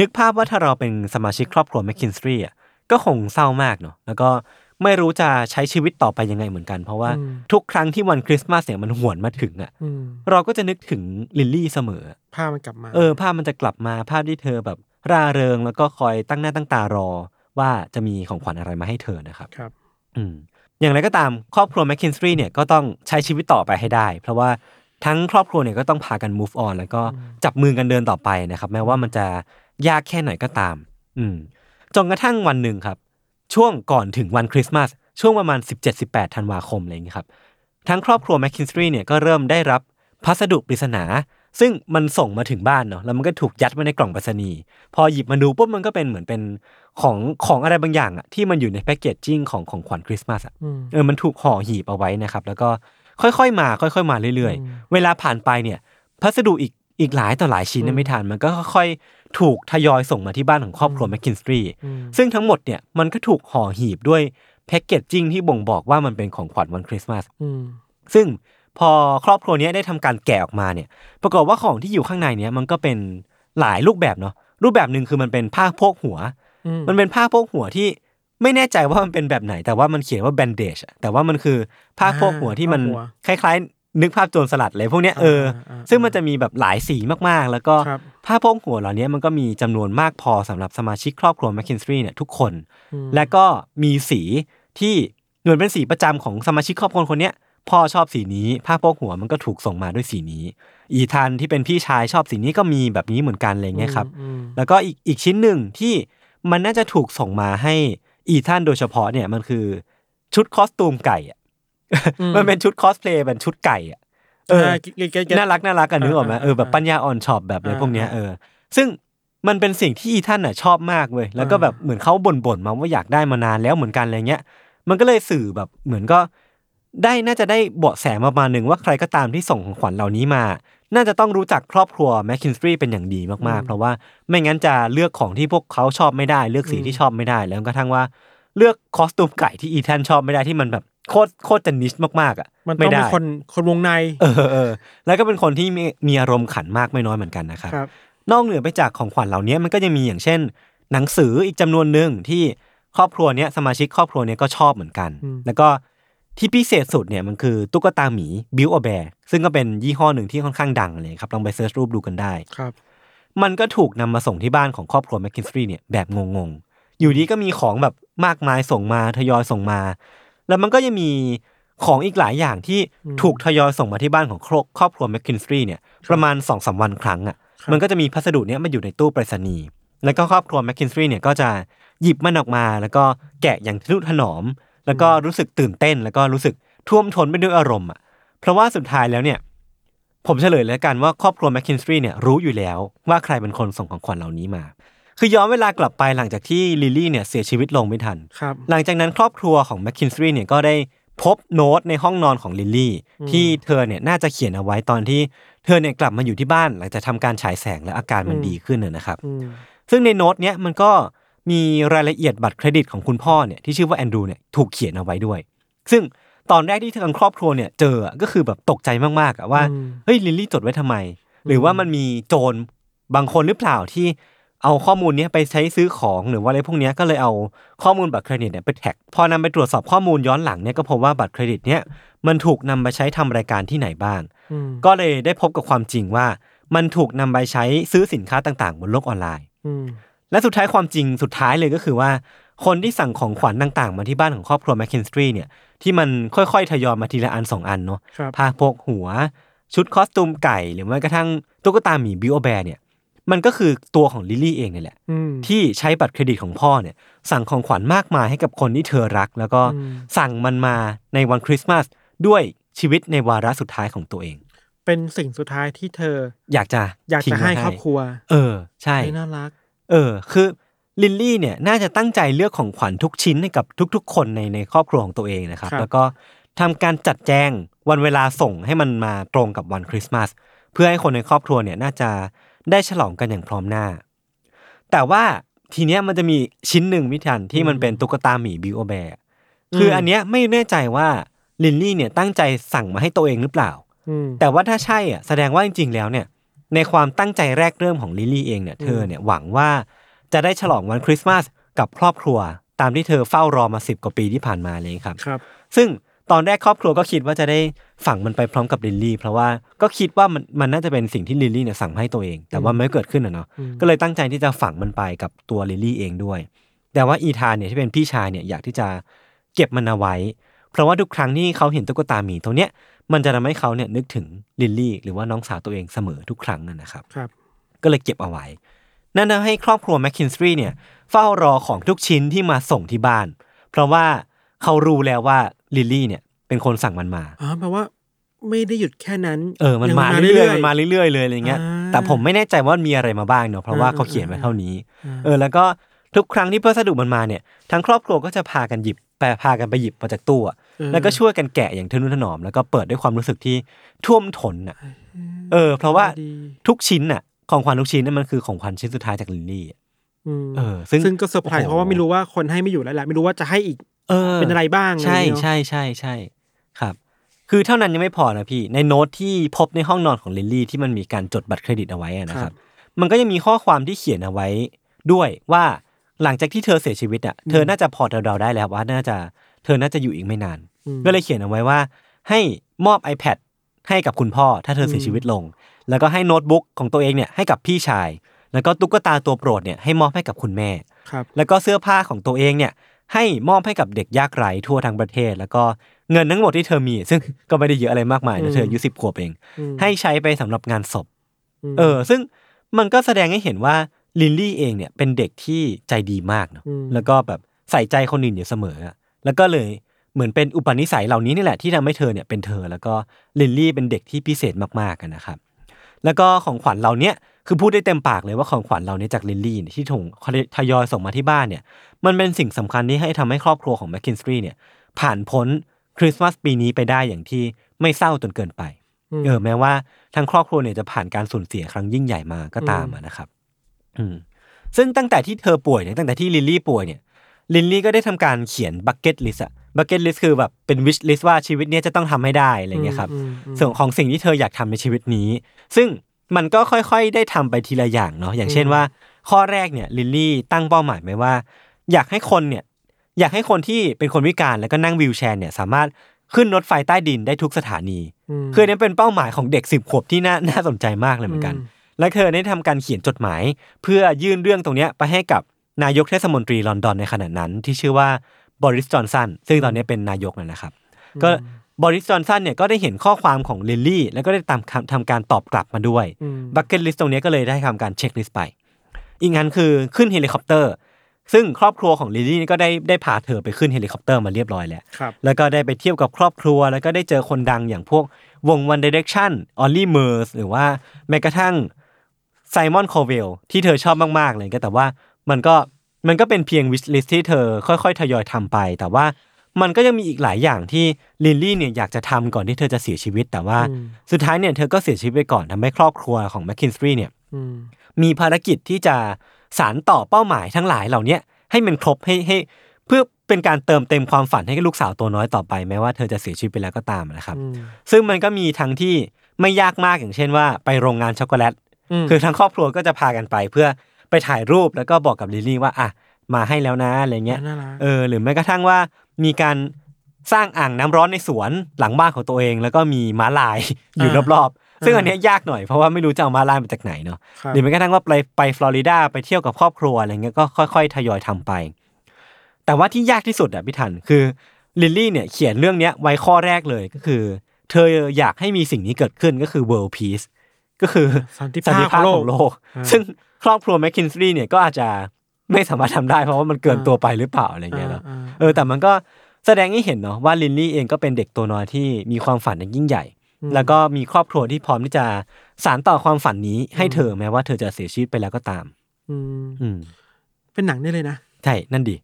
Speaker 2: นึกภาพว่าถ้าเราเป็นสมาชิกครอบครัวแมคคินสตรีอ่ะก็คงเศร้ามากเนาะแล้วก็ไม่รู้จะใช้ชีวิตต่อไปยังไงเหมือนกัน เพราะว่า
Speaker 3: อืม
Speaker 2: ทุกครั้งที่วันคริสต์มาสเนี่ยมันหวนมาถึงอ่ะ
Speaker 3: อืม
Speaker 2: เราก็จะนึกถึงลินลี่เสมอ
Speaker 3: ภาพมันกลับมา
Speaker 2: เออภาพมันจะกลับมาภาพที่เธอแบบร่าเริงแล้วก็คอยตั้งหน้าตั้งตารอว่าจะมีของขวัญอะไรมาให้เธอนะครับ
Speaker 3: ครับ
Speaker 2: อืมอย่างไรก็ตามครอบครัวแมคคินสตรีเนี่ยก็ต้องใช้ชีวิตต่อไปให้ได้ เพราะว่าทั้งครอบครัวเนี่ยก็ต้องพากัน move on แล้วก็จับมือกันเดินต่อไปนะครับ แม้ว่ามันจะยากแค่ไหนก็ตาม อืมจนกระทั่งวันหนึ่งครับ ช่วงก่อนถึงวันคริสต์มาสช่วงประมาณ 17-18ธันวาคมอะไรอย่างนี้ยครับ ทั้งครอบครัวแมคคินสตรีเนี่ยก็เริ่มได้รับพัสดุปริศนา ซึ่งมันส่งมาถึงบ้านเนาะแล้วมันก็ถูกยัดไว้ในกล่องไปรษณีย์พอหยิบมาดูปุ๊บมันก็เป็นเหมือนเป็นของของอะไรบางอย่างอะที่มันอยู่ในแพคเกจจิ้งของของขวัญคริสต์มาสอะ
Speaker 3: อืม
Speaker 2: เออมันถูกห่อหีบเอาไว้นะครับ แล้วก็ค่อยๆมา ค่อย ๆ มาเรื่อย ๆ เวลาผ่านไปเนี่ย พัสดุอีก อีกหลายต่อหลายชิ้นเนี่ยไม่ทันมันก็ค่อยๆถูกทยอยส่งมาที่บ้านของครอบครัวแมคคินสตรี
Speaker 3: อืม
Speaker 2: ซึ่งทั้งหมดเนี่ยมันก็ถูกห่อหีบด้วยแพ็กเกจจิ้งที่บ่งบอกว่ามันเป็นของขวัญวันคริสต์มาส
Speaker 3: อืม
Speaker 2: ซึ่งพอครอบครัวเนี้ยได้ทำการแกะออกมาเนี่ย ปรากฏว่าของที่อยู่ข้างในเนี้ยมันก็เป็นหลายรูปแบบเนาะรูปแบบหนึ่งคือมันเป็นผ้าโพกหัว
Speaker 3: อืม
Speaker 2: มันเป็นผ้าโพกหัวที่ไม่แน่ใจว่ามันเป็นแบบไหน แต่ว่ามันเขียนว่าแบนเดจแต่ว่ามันคือผ้าโพกหัวที่มันคล้ายๆ นึกภาพโจรสลัดอะไรพวกเนี้ยเอออา ซึ่งมันจะมีแบบหลายสีมากๆ แล้วก็
Speaker 3: ครับ
Speaker 2: ผ้าโพกหัวเหล่านี้มันก็มีจำนวนมากพอสำหรับสมาชิกครอบครัวแมคคินสตรีเนี่ยทุกคน
Speaker 3: อืม
Speaker 2: และก็มีสีที่เหมือนเป็นสีประจำของสมาชิกครอบครัวคนเนี้ยพ่อชอบสีนี้ ผ้าโพกหัวมันก็ถูกส่งมาด้วยสีนี้ อีธานที่เป็นพี่ชายชอบสีนี้ก็มีแบบนี้เหมือนกันอะไรเงี้ยครับ
Speaker 3: อืม
Speaker 2: แล้วก็อีกอีกชิ้นหนึ่งที่มันน่าจะถูกส่งมาให้อีธานโดยเฉพาะเนี่ยมันคือชุดคอสตูมไก่อะ
Speaker 3: อื
Speaker 2: มันเป็นชุดคอสเพลย์เป็นชุดไก่อะเออ
Speaker 3: าเก็ตเก็ตเก็ต
Speaker 2: น่ารักน่ารักกันนึกออกไหม
Speaker 3: อ่า
Speaker 2: เออแบบ
Speaker 3: อ่า
Speaker 2: ปัญญาอ่อนช็อปแบบอะไร
Speaker 3: อ่า
Speaker 2: พวกเนี้ย
Speaker 3: อ่า
Speaker 2: เออซึ่งมันเป็นสิ่งที่อีท่านน่ะชอบมากเว้ยแล้วก็แบบเหมือนเขาบ่นๆมาว่าอยากได้มานานแล้วเหมือนกันอะไรเงี้ย มันก็เลยสื่อแบบเหมือนก็ได้น่าจะได้เบาะแสมาประมาณหนึ่งว่าใครก็ตามที่ส่งของขวัญเหล่านี้มา น่าจะต้องรู้จักครอบครัวแมคคินสตรีเป็นอย่างดีมากๆ
Speaker 3: อืม
Speaker 2: เพราะว่าไม่งั้นจะเลือกของที่พวกเขาชอบไม่ได้ เลือกสี
Speaker 3: อืม
Speaker 2: ที่ชอบไม่ได้ แล้วกระทั่งว่าเลือกคอสตูมไก่ที่อีท่านชอบไม่ได้ที่มันแบบโคตรโคตรจะนิชมากๆอ่ะ
Speaker 3: มันต้
Speaker 2: ไม่
Speaker 3: องเป็น
Speaker 2: ได้
Speaker 3: คนคนวงใน
Speaker 2: เออเออแล้วก็เป็นคนที่มีมีอารมณ์ขันมากไม่น้อยเหมือนกันนะครับ
Speaker 3: ครับ
Speaker 2: นอกเหนือไปจากของขวัญเหล่านี้มันก็ยังมีอย่างเช่น หนังสืออีกจำนวนหนึ่งที่ครอบครัวเนี้ยสมาชิกครอบครัวเนี้ยก็ชอบเหมือนกัน
Speaker 3: อืม
Speaker 2: แล้วก็ที่พิเศษสุดเนี่ยมันคือตุ๊กตาหมีบิวอแบร์ซึ่งก็เป็นยี่ห้อหนึ่งที่ค่อนข้างดังเลยครับลองไปเซิร์ชรูปดูกันได้
Speaker 3: ครับ
Speaker 2: มันก็ถูกนำมาส่งที่บ้านของครอบครัวแมคคินสตรีเนี่ยแบบงงๆ อยู่ดีก็มีของแบบมากมายส่งมาทยอยส่งมา แล้วมันก็ยังมีของอีกหลายอย่างที่
Speaker 3: อืม
Speaker 2: ถูกทยอยส่งมาที่บ้านของครอบครอบครัวแมคคินสตรีเนี่ยประมาณ2อสวันครั้งอ่ะ
Speaker 3: ครับ
Speaker 2: มันก็จะมีพัสดุเนี้ยมาอยู่ในตู้ไปรษณีย์ แล้วก็ครอบครัวแมคคินสตรีเนี่ยก็จะหยิบมันออกมา แล้วก็แกะอย่างทนุถนอม แล้วก็รู้สึกตื่นเต้น แล้วก็รู้สึกท่วมท้นไปด้วยอารมณ์อ่ะ เพราะว่าสุดท้ายแล้วเนี่ย ผมเฉลยแล้วกันว่าครอบครัวแมคคินสตรีเนี่ยรู้อยู่แล้วว่าใครเป็นคนส่งของขวัญเหล่านี้มา คือย้อนเวลากลับไปหลังจากที่ลิลลี่เนี่ยเสียชีวิตลงไม่ทัน
Speaker 3: ครับ
Speaker 2: หลังจากนั้นครอบครัวของแมคคินสตรีเนี่ยก็ได้พบโน้ตในห้องนอนของลิลลี่
Speaker 3: อืม
Speaker 2: ที่เธอเนี่ยน่าจะเขียนเอาไว้ตอนที่เธอเนี่ยกลับมาอยู่ที่บ้านหลังจากทำการฉายแสงและอาการมันดีขึ้นนะนะครับ
Speaker 3: อืม
Speaker 2: ซึ่งในโน้ตเนี้ยมันก็มีรายละเอียดบัตรเครดิตของคุณพ่อเนี่ยที่ชื่อว่าแอนดรูเนี่ยถูกเขียนเอาไว้ด้วย ซึ่งตอนแรกที่ทางครอบครัวเนี่ยเจออะก็คือแบบตกใจมากๆอะว่า
Speaker 3: อืม
Speaker 2: เฮ้ยลิลลี่จดไว้ทำไม หรือว่ามันมีโจรบางคนหรือเปล่าที่เอาข้อมูลเนี้ยไปใช้ซื้อของหรือว่าอะไรพวกเนี้ยก็เลยเอาข้อมูลบัตรเครดิตเนี่ยไปแท็ก พอนำไปตรวจสอบข้อมูลย้อนหลังเนี่ยก็พบว่าบัตรเครดิตเนี่ยมันถูกนำไปใช้ทำรายการที่ไหนบ้าง
Speaker 3: อืม
Speaker 2: ก็เลยได้พบกับความจริงว่า มันถูกนำไปใช้ซื้อสินค้าต่างๆ บนโลกออนไลน์
Speaker 3: อืม
Speaker 2: และสุดท้ายความจริงสุดท้ายเลยก็คือว่า คนที่สั่งของขวัญต่างๆ มาที่บ้านของครอบครัวแมคคินสตรีเนี่ยที่มันค่อยๆทยอยมาทีละอันสองอันเนาะ
Speaker 3: ครับ
Speaker 2: ผ้าโพกหัว ชุดคอสตูมไก่ หรือแม้กระทั่งตุ๊กตาหมีบิวแบร์เนี่ยมันก็คือตัวของลิลลี่เองเนี่ยแหละ
Speaker 3: อืม
Speaker 2: ที่ใช้บัตรเครดิตของพ่อเนี่ยสั่งของขวัญมากมายให้กับคนที่เธอรัก แล้วก็
Speaker 3: อืม
Speaker 2: สั่งมันมาในวันคริสต์มาสด้วยชีวิตในวาระสุดท้ายของตัวเอง
Speaker 3: เป็นสิ่งสุดท้ายที่เธอ
Speaker 2: อยากจะ
Speaker 3: อยาก
Speaker 2: ทิ้
Speaker 3: จะ
Speaker 2: งไว้
Speaker 3: ให้ครอบครัว
Speaker 2: เออใช่
Speaker 3: เฮ้ยน่ารัก
Speaker 2: เออคือลิลลี่เนี่ยน่าจะตั้งใจเลือกของขวัญทุกชิ้นให้กับทุกๆ คนในในครอบครัวของตัวเองนะครับ
Speaker 3: ครับ
Speaker 2: แล้วก็ทำการจัดแจงวันเวลาส่งให้มันมาตรงกับวันคริสต์มาสเพื่อให้คนในครอบครัวเนี่ยน่าจะได้ฉลองกันอย่างพร้อมหน้า แต่ว่าทีเนี้ยมันจะมีชิ้นหนึ่งมิทันที่มันเป็นตุ๊กตาหมีบิวโอแบร์คืออันเนี้ยไม่แน่ใจว่าลิลลี่เนี่ยตั้งใจสั่งมาให้ตัวเองหรือเปล่า
Speaker 3: อืม
Speaker 2: แต่ว่าถ้าใช่อ่ะแสดงว่าจริงๆ แล้วเนี่ยในความตั้งใจแรกเริ่มของลิลลี่เองเนี่ย
Speaker 3: อืม
Speaker 2: เธอเนี่ยหวังว่าจะได้ฉลองวันคริสต์มาสกับครอบครัว ตามที่เธอเฝ้ารอมาสิบกว่าปีที่ผ่านมาเลยครับ
Speaker 3: ครับ
Speaker 2: ซึ่งตอนแรกครอบครัวก็คิดว่าจะได้ฝังมันไปพร้อมกับลิลลี่ เพราะว่าก็คิดว่ามันมันน่าจะเป็นสิ่งที่ลิลลี่เนี่ยสั่งมาให้ตัวเอง แต่ว่ามันไม่เกิดขึ้นอ่ะเนาะ
Speaker 3: อืม
Speaker 2: ก็เลยตั้งใจที่จะฝังมันไปกับตัวลิลลี่เองด้วย แต่ว่าอีธานเนี่ยที่เป็นพี่ชายเนี่ยอยากที่จะเก็บมันเอาไว้ เพราะว่าทุกครั้งที่เขาเห็นตุ๊กตาหมีตัวเนี้ยมันจะทำให้เขาเนี่ยนึกถึงลิลลี่หรือว่าน้องสาวตัวเองเสมอทุกครั้งนั่นนะครับ
Speaker 3: ครับ
Speaker 2: ก็เลยเก็บเอาไว้ นั่นทำให้ครอบครัวแมคคินสตรีเนี่ยเฝ้ารอของทุกชิ้นที่มาส่งที่บ้าน เพราะว่าเขารู้แล้วว่าลิลลี่เนี่ยเป็นคนสั่งมันมา
Speaker 3: อ๋อแปลว่าไม่ได้หยุดแค่นั้น
Speaker 2: เออ มัน
Speaker 3: ยัง
Speaker 2: มาเรื่อยๆ มันมาเรื่อยๆ เลยอะไรเงี้ย
Speaker 3: อ่า
Speaker 2: แต่ผมไม่แน่ใจว่ามีอะไรมาบ้างเนาะ เพราะว่า
Speaker 3: อ่า
Speaker 2: เขาเขียนไว้
Speaker 3: อ่า
Speaker 2: เท่านี้
Speaker 3: อ่า
Speaker 2: เออ แล้วก็ทุกครั้งที่พัสดุมันมาเนี่ย ทั้งครอบครัวก็จะพากันหยิบไปพากันไปหยิบมาจากตู้อะ
Speaker 3: เออ
Speaker 2: แล้วก็ช่วยกันแกะอย่างทะนุถนอม แล้วก็เปิดด้วยความรู้สึกที่ท่วมท้นอ่ะ
Speaker 3: อ
Speaker 2: เออ เพราะว่า
Speaker 3: ดี
Speaker 2: ทุกชิ้นน่ะของขวัญทุกชิ้นน่ะมันคือของขวัญชิ้นสุดท้ายจากลินลี่อะ
Speaker 3: อืม
Speaker 2: เออซึ่ง
Speaker 3: ซึ่งก็เซอร์ไพร
Speaker 2: โอ้โห
Speaker 3: ส์เพราะว่าไม่รู้ว่าคนให้ไม่อยู่แล้วแหละไม่รู้ว่าจะให้อีก
Speaker 2: เออ
Speaker 3: เป็นอะไรบ้างอะไร
Speaker 2: ใช่
Speaker 3: เงี้ย
Speaker 2: ใช่ใช่ใช่ครับ คือเท่านั้นยังไม่พอนะพี่ ในโน้ตที่พบในห้องนอนของลิลลี่ที่มันมีการจดบัตรเครดิตเอาไว้อะนะครับ มันก็ยังมีข้อความที่เขียนเอาไว้ด้วยว่าหลังจากที่เธอเสียชีวิตอ่ะเธอน่าจะพอเดาๆได้แล้วว่าน่าจะเธอน่าจะอยู่อีกไม่นาน
Speaker 3: ม
Speaker 2: ก็เลยเขียนเอาไว้ว่า ให้มอบ iPad ให้กับคุณพ่อถ้าเธอเสียชีวิตลง แล้วก็ให้โน้ตบุ๊กของตัวเองเนี่ยให้กับพี่ชาย แล้วก็ตุ๊กตาตัวโปรดเนี่ยให้มอบให้กับคุณแม่
Speaker 3: ครับ
Speaker 2: แล้วก็เสื้อผ้าของตัวเองเนี่ยให้มอบให้กับเด็กยากไร้ทั่วทั้งประเทศ แล้วก็เงินทั้งหมดที่เธอมี ซึ่งก็ไม่ได้เยอะอะไรมากมาย
Speaker 3: อื
Speaker 2: นะ
Speaker 3: ม
Speaker 2: เธออายุสิบขวบเอง
Speaker 3: อืม
Speaker 2: ให้ใช้ไปสำหรับงานศพ
Speaker 3: ม
Speaker 2: เออ ซึ่งมันก็แสดงให้เห็นว่าลินลี่เองเนี่ยเป็นเด็กที่ใจดีมากเนาะ
Speaker 3: ม
Speaker 2: แล้วก็แบบใส่ใจคนอื่นอยู่เสมออะแล้วก็เลยเหมือนเป็นอุปนิสัยเหล่านี้นี่แหละที่ทำให้เธอเนี่ยเป็นเธอ แล้วก็ลินลี่เป็นเด็กที่พิเศษมากๆอะนะครับ แล้วก็ของขวัญเราเนี่ยคือพูดได้เต็มปากเลยว่าของขวัญเราเนี่ยจากลินลี่เนี่ยที่ถงทยอยส่งมาที่บ้านเนี่ยมันเป็นสิ่งสำคัญที่ให้ทำให้ครอบครัวของแมคคินสตรีเนี่ยผ่านพ้นคริสต์มาสปีนี้ไปได้อย่างที่ไม่เศร้าจนเกินไป
Speaker 3: ม
Speaker 2: เออแม้ว่าทั้งครอบครัวเนี่ยจะผ่านการสูญเสียครั้งยิ่งใหญ่มาก็ตามอะนะครับ อืมซึ่งตั้งแต่ที่เธอป่วยเนี่ยตั้งแต่ที่ลิลลี่ป่วยเนี่ยลิลลี่ก็ได้ทำการเขียนบักเก็ตลิสอะบักเก็ตลิสคือแบบเป็นวิชลิสว่าชีวิตเนี้ยจะต้องทำให้ได้อะไรเงี้ยครับ
Speaker 3: อืมอืม
Speaker 2: ส่วนของสิ่งที่เธออยากทำในชีวิตนี้ ซึ่งมันก็ค่อยๆ ได้ทำไปทีละอย่างเนาะอย่างเช่น
Speaker 3: อืม
Speaker 2: ว่า ข้อแรกเนี่ยลิลลี่ตั้งเป้าหมายไว้ว่า อยากให้คนเนี่ย อยากให้คนที่เป็นคนพิการแล้วก็นั่งวีลแชร์เนี่ยสามารถขึ้นรถไฟใต้ดินได้ทุกสถานี
Speaker 3: ม
Speaker 2: คือเนี่ยเป็นเป้าหมายของเด็กสิบขวบที่น่าน่าสนใจมากเลยเหมือนกัน
Speaker 3: อืม
Speaker 2: และเธอได้ทำการเขียนจดหมาย เพื่อยื่นเรื่องตรงเนี้ยไปให้กับนายกเทศมนตรีลอนดอนในขณะนั้นที่ชื่อว่าบริสจอนสันซึ่งตอนเนี้ยเป็นนายกนั่นแหละครับ ก็บริสจอนสันเนี่ยก็ได้เห็นข้อความของลิลลี่ แล้วก็ได้ตามคำทำการตอบกลับมาด้วย
Speaker 3: อืม
Speaker 2: บักเก็ตลิสต์ตรงเนี้ยก็เลยได้ทำการเช็คลิสต์ไป อีกงานคือขึ้นเฮลิคอปเตอร์ ซึ่งครอบครัวของลิลลี่นี่ก็ได้ได้พาเธอไปขึ้นเฮลิคอปเตอร์มาเรียบร้อยแล้ว
Speaker 3: ครับ
Speaker 2: แล้วก็ได้ไปเที่ยวกับครอบครัว แล้วก็ได้เจอคนดังอย่างพวกวง One Direction ออลลี่เมอร์สหรือว่าแม้กระทั่งไซมอนคอเวลที่เธอชอบมากๆเลยก็แต่ว่ามันก็มันก็เป็นเพียงวิชลิสที่เธอค่อยๆ ทยอยทำไป แต่ว่ามันก็ยังมีอีกหลายอย่างที่ลินลี่เนี่ยอยากจะทำก่อนที่เธอจะเสียชีวิต แต่ว่า
Speaker 3: อืม
Speaker 2: สุดท้ายเนี่ยเธอก็เสียชีวิตไปก่อนทำให้ครอบครัวของแมคคินสตรีเนี่ย
Speaker 3: อืม
Speaker 2: มีภารกิจที่จะสารต่อเป้าหมายทั้งหลายเหล่าเนี้ยให้มันครบให้ให้เพื่อเป็นการเติมเต็มความฝันให้กับลูกสาวตัวน้อยต่อไปแม้ว่าเธอจะเสียชีวิตไปแล้วก็ตามนะครับ
Speaker 3: อืม
Speaker 2: ซึ่งมันก็มีทั้งที่ไม่ยากมากอย่างเช่นว่าไปโรงงานช็อกโกแลต
Speaker 3: ม
Speaker 2: คือทั้งครอบครัวก็จะพากันไปเพื่อไปถ่ายรูปแล้วก็บอกกับลิลลี่ว่าอ่ะมาให้แล้วนะอะไรเงี้ย
Speaker 3: น่ารัก
Speaker 2: เออหรือแม้กระทั่งว่ามีการสร้างอ่างน้ำร้อนในสวนหลังบ้านของตัวเอง แล้วก็มีม้าลาย อยู่
Speaker 3: อ่าร
Speaker 2: อบๆ ซึ่ง
Speaker 3: อ่า
Speaker 2: อันเนี้ยยากหน่อยเพราะว่าไม่รู้จะเอาม้าลายมาจากไหนเนาะ
Speaker 3: ครับ
Speaker 2: หรือแม้กระทั่งว่าไปไปฟลอริดาไปเที่ยวกับครอบครัวอะไรเงี้ยก็ค่อยๆ ทยอยทำไป แต่ว่าที่ยากที่สุดอ่ะพี่ทันคือลิลลี่เนี่ยเขียนเรื่องเนี้ยไว้ข้อแรกเลยก็คือ เธออยากให้มีสิ่งนี้เกิดขึ้นก็คือ world peace ก็คือ
Speaker 3: สันติ
Speaker 2: สัน
Speaker 3: ภา
Speaker 2: ติ
Speaker 3: พ
Speaker 2: ภาพ
Speaker 3: โล
Speaker 2: ข
Speaker 3: ก
Speaker 2: องโลก
Speaker 3: อ่า
Speaker 2: ซึ่งครอบครัวแมคคินสตรีเนี่ยก็อาจจะไม่สามารถทำได้เพราะว่ามันเกินตัวไปหรือเปล่าอะไรเงี้ยเนาะ
Speaker 3: อ่า
Speaker 2: เออแต่มันก็แสดงให้เห็นเนาะว่าลินลี่เองก็เป็นเด็กตัวน้อยที่มีความฝันอันยิ่งใหญ่ แล้วก็มีครอบครัวที่พร้อมที่จะสานต่อความฝันนี้ให้เธอแม้ว่าเธอจะเสียชีวิตไปแล้วก็ตาม
Speaker 3: อืม
Speaker 2: อืม
Speaker 3: เป็นหนังได้เลยนะ
Speaker 2: ใช่นั่นดี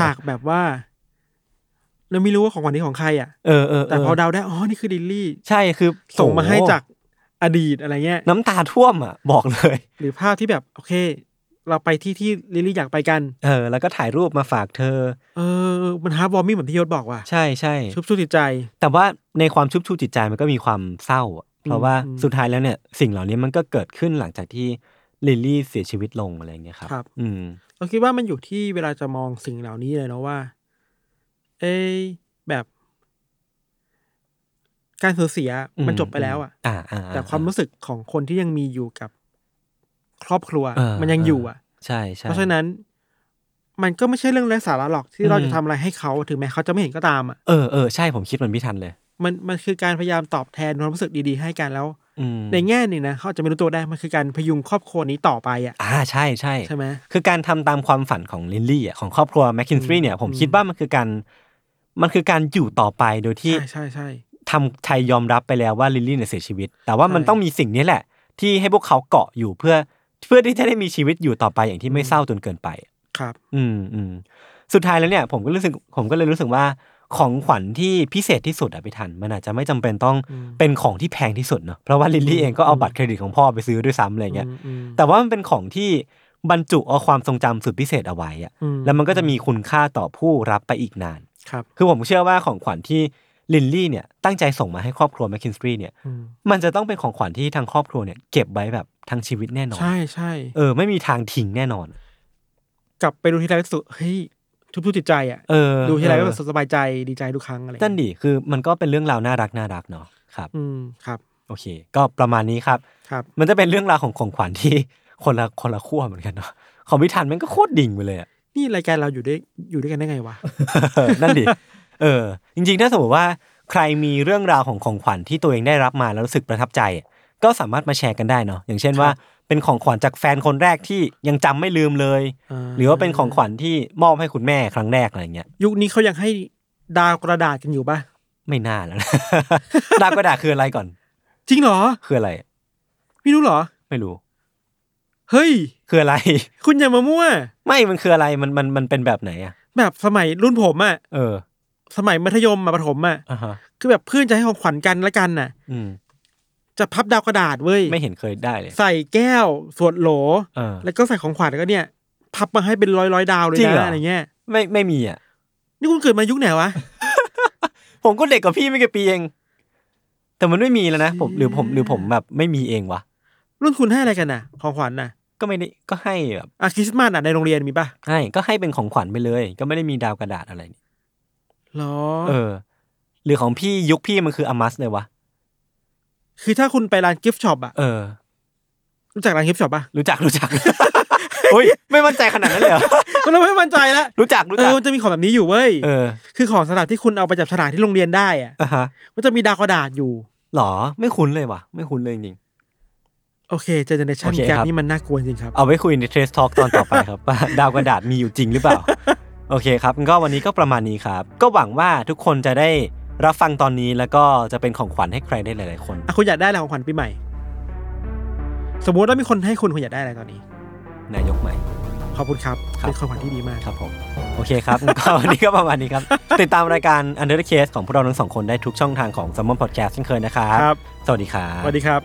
Speaker 3: ฉากแบบว่า เราไม่รู้ว่าของขวัญนี้ของใครอ่ะ
Speaker 2: เออเออ
Speaker 3: แต่พอเดาได้ อ๋อ นี่คือดิลลี่
Speaker 2: ใช่คือ
Speaker 3: ส่งมาให้
Speaker 2: โอ้โ
Speaker 3: จากอดีตอะไรเงี้ย
Speaker 2: น้ำตาท่วมอ่ะ บอกเลย
Speaker 3: หรือภาพที่แบบ โอเค เราไปที่ที่ลิลลี่อยากไปกัน
Speaker 2: เออ แล้วก็ถ่ายรูปมาฝากเธอ
Speaker 3: เออ มันฮาร์บอมมี่เหมือนที่ยศบอกว่ะ
Speaker 2: ใช่ใช่
Speaker 3: ชุบชูจิตใจ
Speaker 2: แต่ว่าในความชุบชูจิตใจมันก็มีความเศร้าอะเพราะว่า
Speaker 3: อืม
Speaker 2: สุดท้ายแล้วเนี่ย สิ่งเหล่านี้มันก็เกิดขึ้นหลังจากที่ลิลลี่เสียชีวิตลงอะไรอย่างเงี้ยครับ
Speaker 3: ครับ
Speaker 2: อืม
Speaker 3: เราคิดว่ามันอยู่ที่เวลาจะมองสิ่งเหล่านี้เลยเนาะว่า เอยแบบ การสูญเสีย
Speaker 2: อื
Speaker 3: มันจบไปแล้วอ่ะ
Speaker 2: อ่าอ่อ่
Speaker 3: แต่ความรู้สึกของคนที่ยังมีอยู่กับครอบครัว
Speaker 2: เ
Speaker 3: มันยังอยู่อ่ะ
Speaker 2: ใช่ใช่
Speaker 3: เพราะฉะนั้น มันก็ไม่ใช่เรื่องไร้สาระหรอกที่
Speaker 2: อืม
Speaker 3: เราจะทำอะไรให้เขาถึงแม้เขาจะไม่เห็นก็ตามอ่ะ
Speaker 2: เออเออใช่ผมคิดมันไม่ทันเลย
Speaker 3: มันมันคือการพยายามตอบแทนความรู้สึกดีๆให้กันแล้ว
Speaker 2: อืม
Speaker 3: ในแง่หนึ่งนะเขาอาจจะไม่รู้ตัวได้มันคือการพยุงครอบครัวนี้ต่อไปอ่ะ
Speaker 2: อ่าใช่ใช่
Speaker 3: ใช่ไหม
Speaker 2: คือการทำตามความฝันของลินลี่อ่ะของครอบครัวแมคคินสตรีเนี่ย ผมคิดว่ามันคือการมันคือการอยู่ต่อไปโดยที่
Speaker 3: ใช่ใช่ใช่
Speaker 2: ทำไทยยอมรับไปแล้วว่าลินลี่เนี่ยเสียชีวิต แต่ว่ามัน
Speaker 3: ใช่
Speaker 2: ต้องมีสิ่งนี้แหละ ที่ให้พวกเขาเกาะอยู่เพื่อเพื่อที่จะได้มีชีวิตอยู่ต่อไปอย่างที่ไม่เศร้าจนเกินไป
Speaker 3: ครับ
Speaker 2: อืมอืมสุดท้ายแล้วเนี่ยผมก็รู้สึกผมก็เลยรู้สึกว่า ของขวัญที่พิเศษที่สุดอะพี่ทัน มันอาจจะไม่จำเป็นต้อง
Speaker 3: อืม
Speaker 2: เป็นของที่แพงที่สุดเนอะเพราะว่าลิลลี่เองก็เอาบัตรเครดิตของพ่อไปซื้อด้วยซ้ำอะไรเงี้ย
Speaker 3: อืมอืม
Speaker 2: แต่ว่ามันเป็นของที่บรรจุเอาความทรงจำสุดพิเศษเอาไว้อะ
Speaker 3: อื
Speaker 2: แล้วมันก็จะมีคุณค่าต่อผู้รับไปอีกนาน
Speaker 3: ครับ
Speaker 2: คือผมเชื่อว่าของขวัญที่ลินลี่เนี่ยตั้งใจส่งมาให้ครอบครัวแมคคินสตรีเนี่ย
Speaker 3: อืม
Speaker 2: มันจะต้องเป็นของขวัญที่ทางครอบครัวเนี่ยเก็บไว้แบบทั้งชีวิตแน่นอน
Speaker 3: ใช่ใช่
Speaker 2: เออ ไม่มีทางทิ้งแน่นอน
Speaker 3: กลับไปดูทีไรก็รู้สึกเฮ้ยชุบชุบจิตใจอ่ะ
Speaker 2: เออ
Speaker 3: ดูทีไรก็
Speaker 2: เออ
Speaker 3: รู้สึกสบายใจดีใจทุกครั้งอะไร
Speaker 2: นั่นดิคือมันก็เป็นเรื่องราวน่ารักน่ารักเนาะครับ
Speaker 3: อืมครับ
Speaker 2: โอเค ก็ประมาณนี้ครับ
Speaker 3: ครับ
Speaker 2: มันจะเป็นเรื่องราวของของขวัญที่ (laughs) คนละคนละขั้วเหมือนกันเนาะของพิธันมันก็โคตรดิ่งไปเลยอะ (laughs)
Speaker 3: นี่รายการเราอยู่ด้วยอยู่ด้วยกันได้ไงวะ
Speaker 2: เออนั่นดิ เออ จริงๆ ถ้าสมมติว่าใครมีเรื่องราวของของขวัญที่ตัวเองได้รับมาแล้วรู้สึกประทับใจอ่ะก็สามารถมาแชร์กันได้เนาะ อย่างเช่นว่า เป็นของขวัญจากแฟนคนแรกที่ยังจำไม่ลืมเลย (laughs) หรือว่าเป็นของขวัญที่มอบให้คุณแม่ครั้งแรกอะไรเงี้ย
Speaker 3: ยุคนี้เขายังให้ดาวกระดาษกันอยู่ป่ะ
Speaker 2: ไม่น่าแล้วนะ (laughs) ดาวกระดาษคืออะไรก่อน
Speaker 3: จริงเหรอ
Speaker 2: คืออะไร
Speaker 3: ไม่รู้เหรอ
Speaker 2: ไม่รู้
Speaker 3: เฮ้ย
Speaker 2: คืออะไร (laughs)
Speaker 3: คุณอย่ามามั่ว
Speaker 2: ไม่ มันคืออะไร มัน มัน มันเป็นแบบไหนอ่ะ
Speaker 3: แบบสมัยรุ่นผมอะ
Speaker 2: เออ
Speaker 3: สมัยมัธยมมาประถมอะ
Speaker 2: อ่าฮะ
Speaker 3: คือแบบเพื่อนจะให้ของขวัญกันละกันน่ะ
Speaker 2: อืม
Speaker 3: จะพับดาวกระดาษเว้ย
Speaker 2: ไม่เห็นเคยได้เลย
Speaker 3: ใส่แก้วสวดโหล
Speaker 2: เออ
Speaker 3: แล้วก็ใส่ของขวัญแล้วก็เนี่ย พับมาให้เป็นร้อยร้อยๆดาวเลย
Speaker 2: จริงเหรอ
Speaker 3: นะ
Speaker 2: อ
Speaker 3: อะไรเงี้ย
Speaker 2: ไม่ ไม่มีอ่ะ
Speaker 3: นี่คุณเกิดมายุคไหนวะ
Speaker 2: ผมก็เด็กกว่าพี่ไม่กี่ปีเอง แต่มันไม่มีแล้วนะผมหรือผมหรือผมแบบไม่มีเองวะ
Speaker 3: รุ่นคุณให้อะไรกันน่ะ ของขวัญน่ะ
Speaker 2: ก็ไม่ได้ก็ให้แบบ
Speaker 3: อะคริสต์มาสน่ะในโรงเรียนมีป่ะ
Speaker 2: ให้ก็ให้เป็นของขวัญไปเลย ก็ไม่ได้มีดาวกระดาษอะไรนี่
Speaker 3: หรอ
Speaker 2: เออ หรือของพี่ยุคพี่มันคืออามัสเลยวะ
Speaker 3: คือถ้าคุณไปร้านกิฟต์ช็อปอะ
Speaker 2: เออ
Speaker 3: รู้จักร้านกิฟต์ช็อปป่ะ
Speaker 2: รู้จักรู้จัก โอ้ยไม่มั่นใจขนาดนั้นเลยเหรอ
Speaker 3: ก็เราไม่มั่นใจละ
Speaker 2: รู้จักรู้
Speaker 3: เอ
Speaker 2: จั
Speaker 3: อก มันจะมีของแบบนี้อยู่เว้ย
Speaker 2: เออ
Speaker 3: คือของสลากที่คุณเอาไปจับฉลากที่โรงเรียนได้อะ
Speaker 2: อ่ะฮะ
Speaker 3: มันจะมีดาวกระดาษอยู่
Speaker 2: หรอไม่คุ้นเลยวะไม่คุ้นเลยจริง
Speaker 3: โอเคเจเนเรชัน
Speaker 2: โอเค
Speaker 3: แกร
Speaker 2: ครับ
Speaker 3: นี่มันน่ากลัวจริงครับ
Speaker 2: เอาไว้คุยในเทสทอ a l k ตอนต่อไปครับ (laughs) ว่าดาวกระดาษมีอยู่จริงหรือเปล่า โอเคครับงั้นก็วันนี้ก็ประมาณนี้ครับ ก็หวังว่าทุกคนจะได้รับฟังตอนนี้แล้วก็จะเป็นของขวัญให้ใครได้หลาย ๆ คน
Speaker 3: อ่ะคุณอยากได้อะไรของขวัญปีใหม่ สมมุติว่ามีคนให้คุณคุณอยากได้อะไรตอนนี้
Speaker 2: นายกใหม่
Speaker 3: ขอบคุณครับ
Speaker 2: ครับ
Speaker 3: เป็นของขวัญที่ดีมาก
Speaker 2: ครับผมโอเคครับงั้นก็ วันนี้ก็ประมาณนี้ครับ ติดตามรายการ Under the Case ของพวกเราทั้งสองคนได้ทุกช่องทางของ s ซ m m o n Podcast เช่นเคยนะครับ
Speaker 3: ครับ
Speaker 2: สวัสดีครับ
Speaker 3: สวัสดีครับ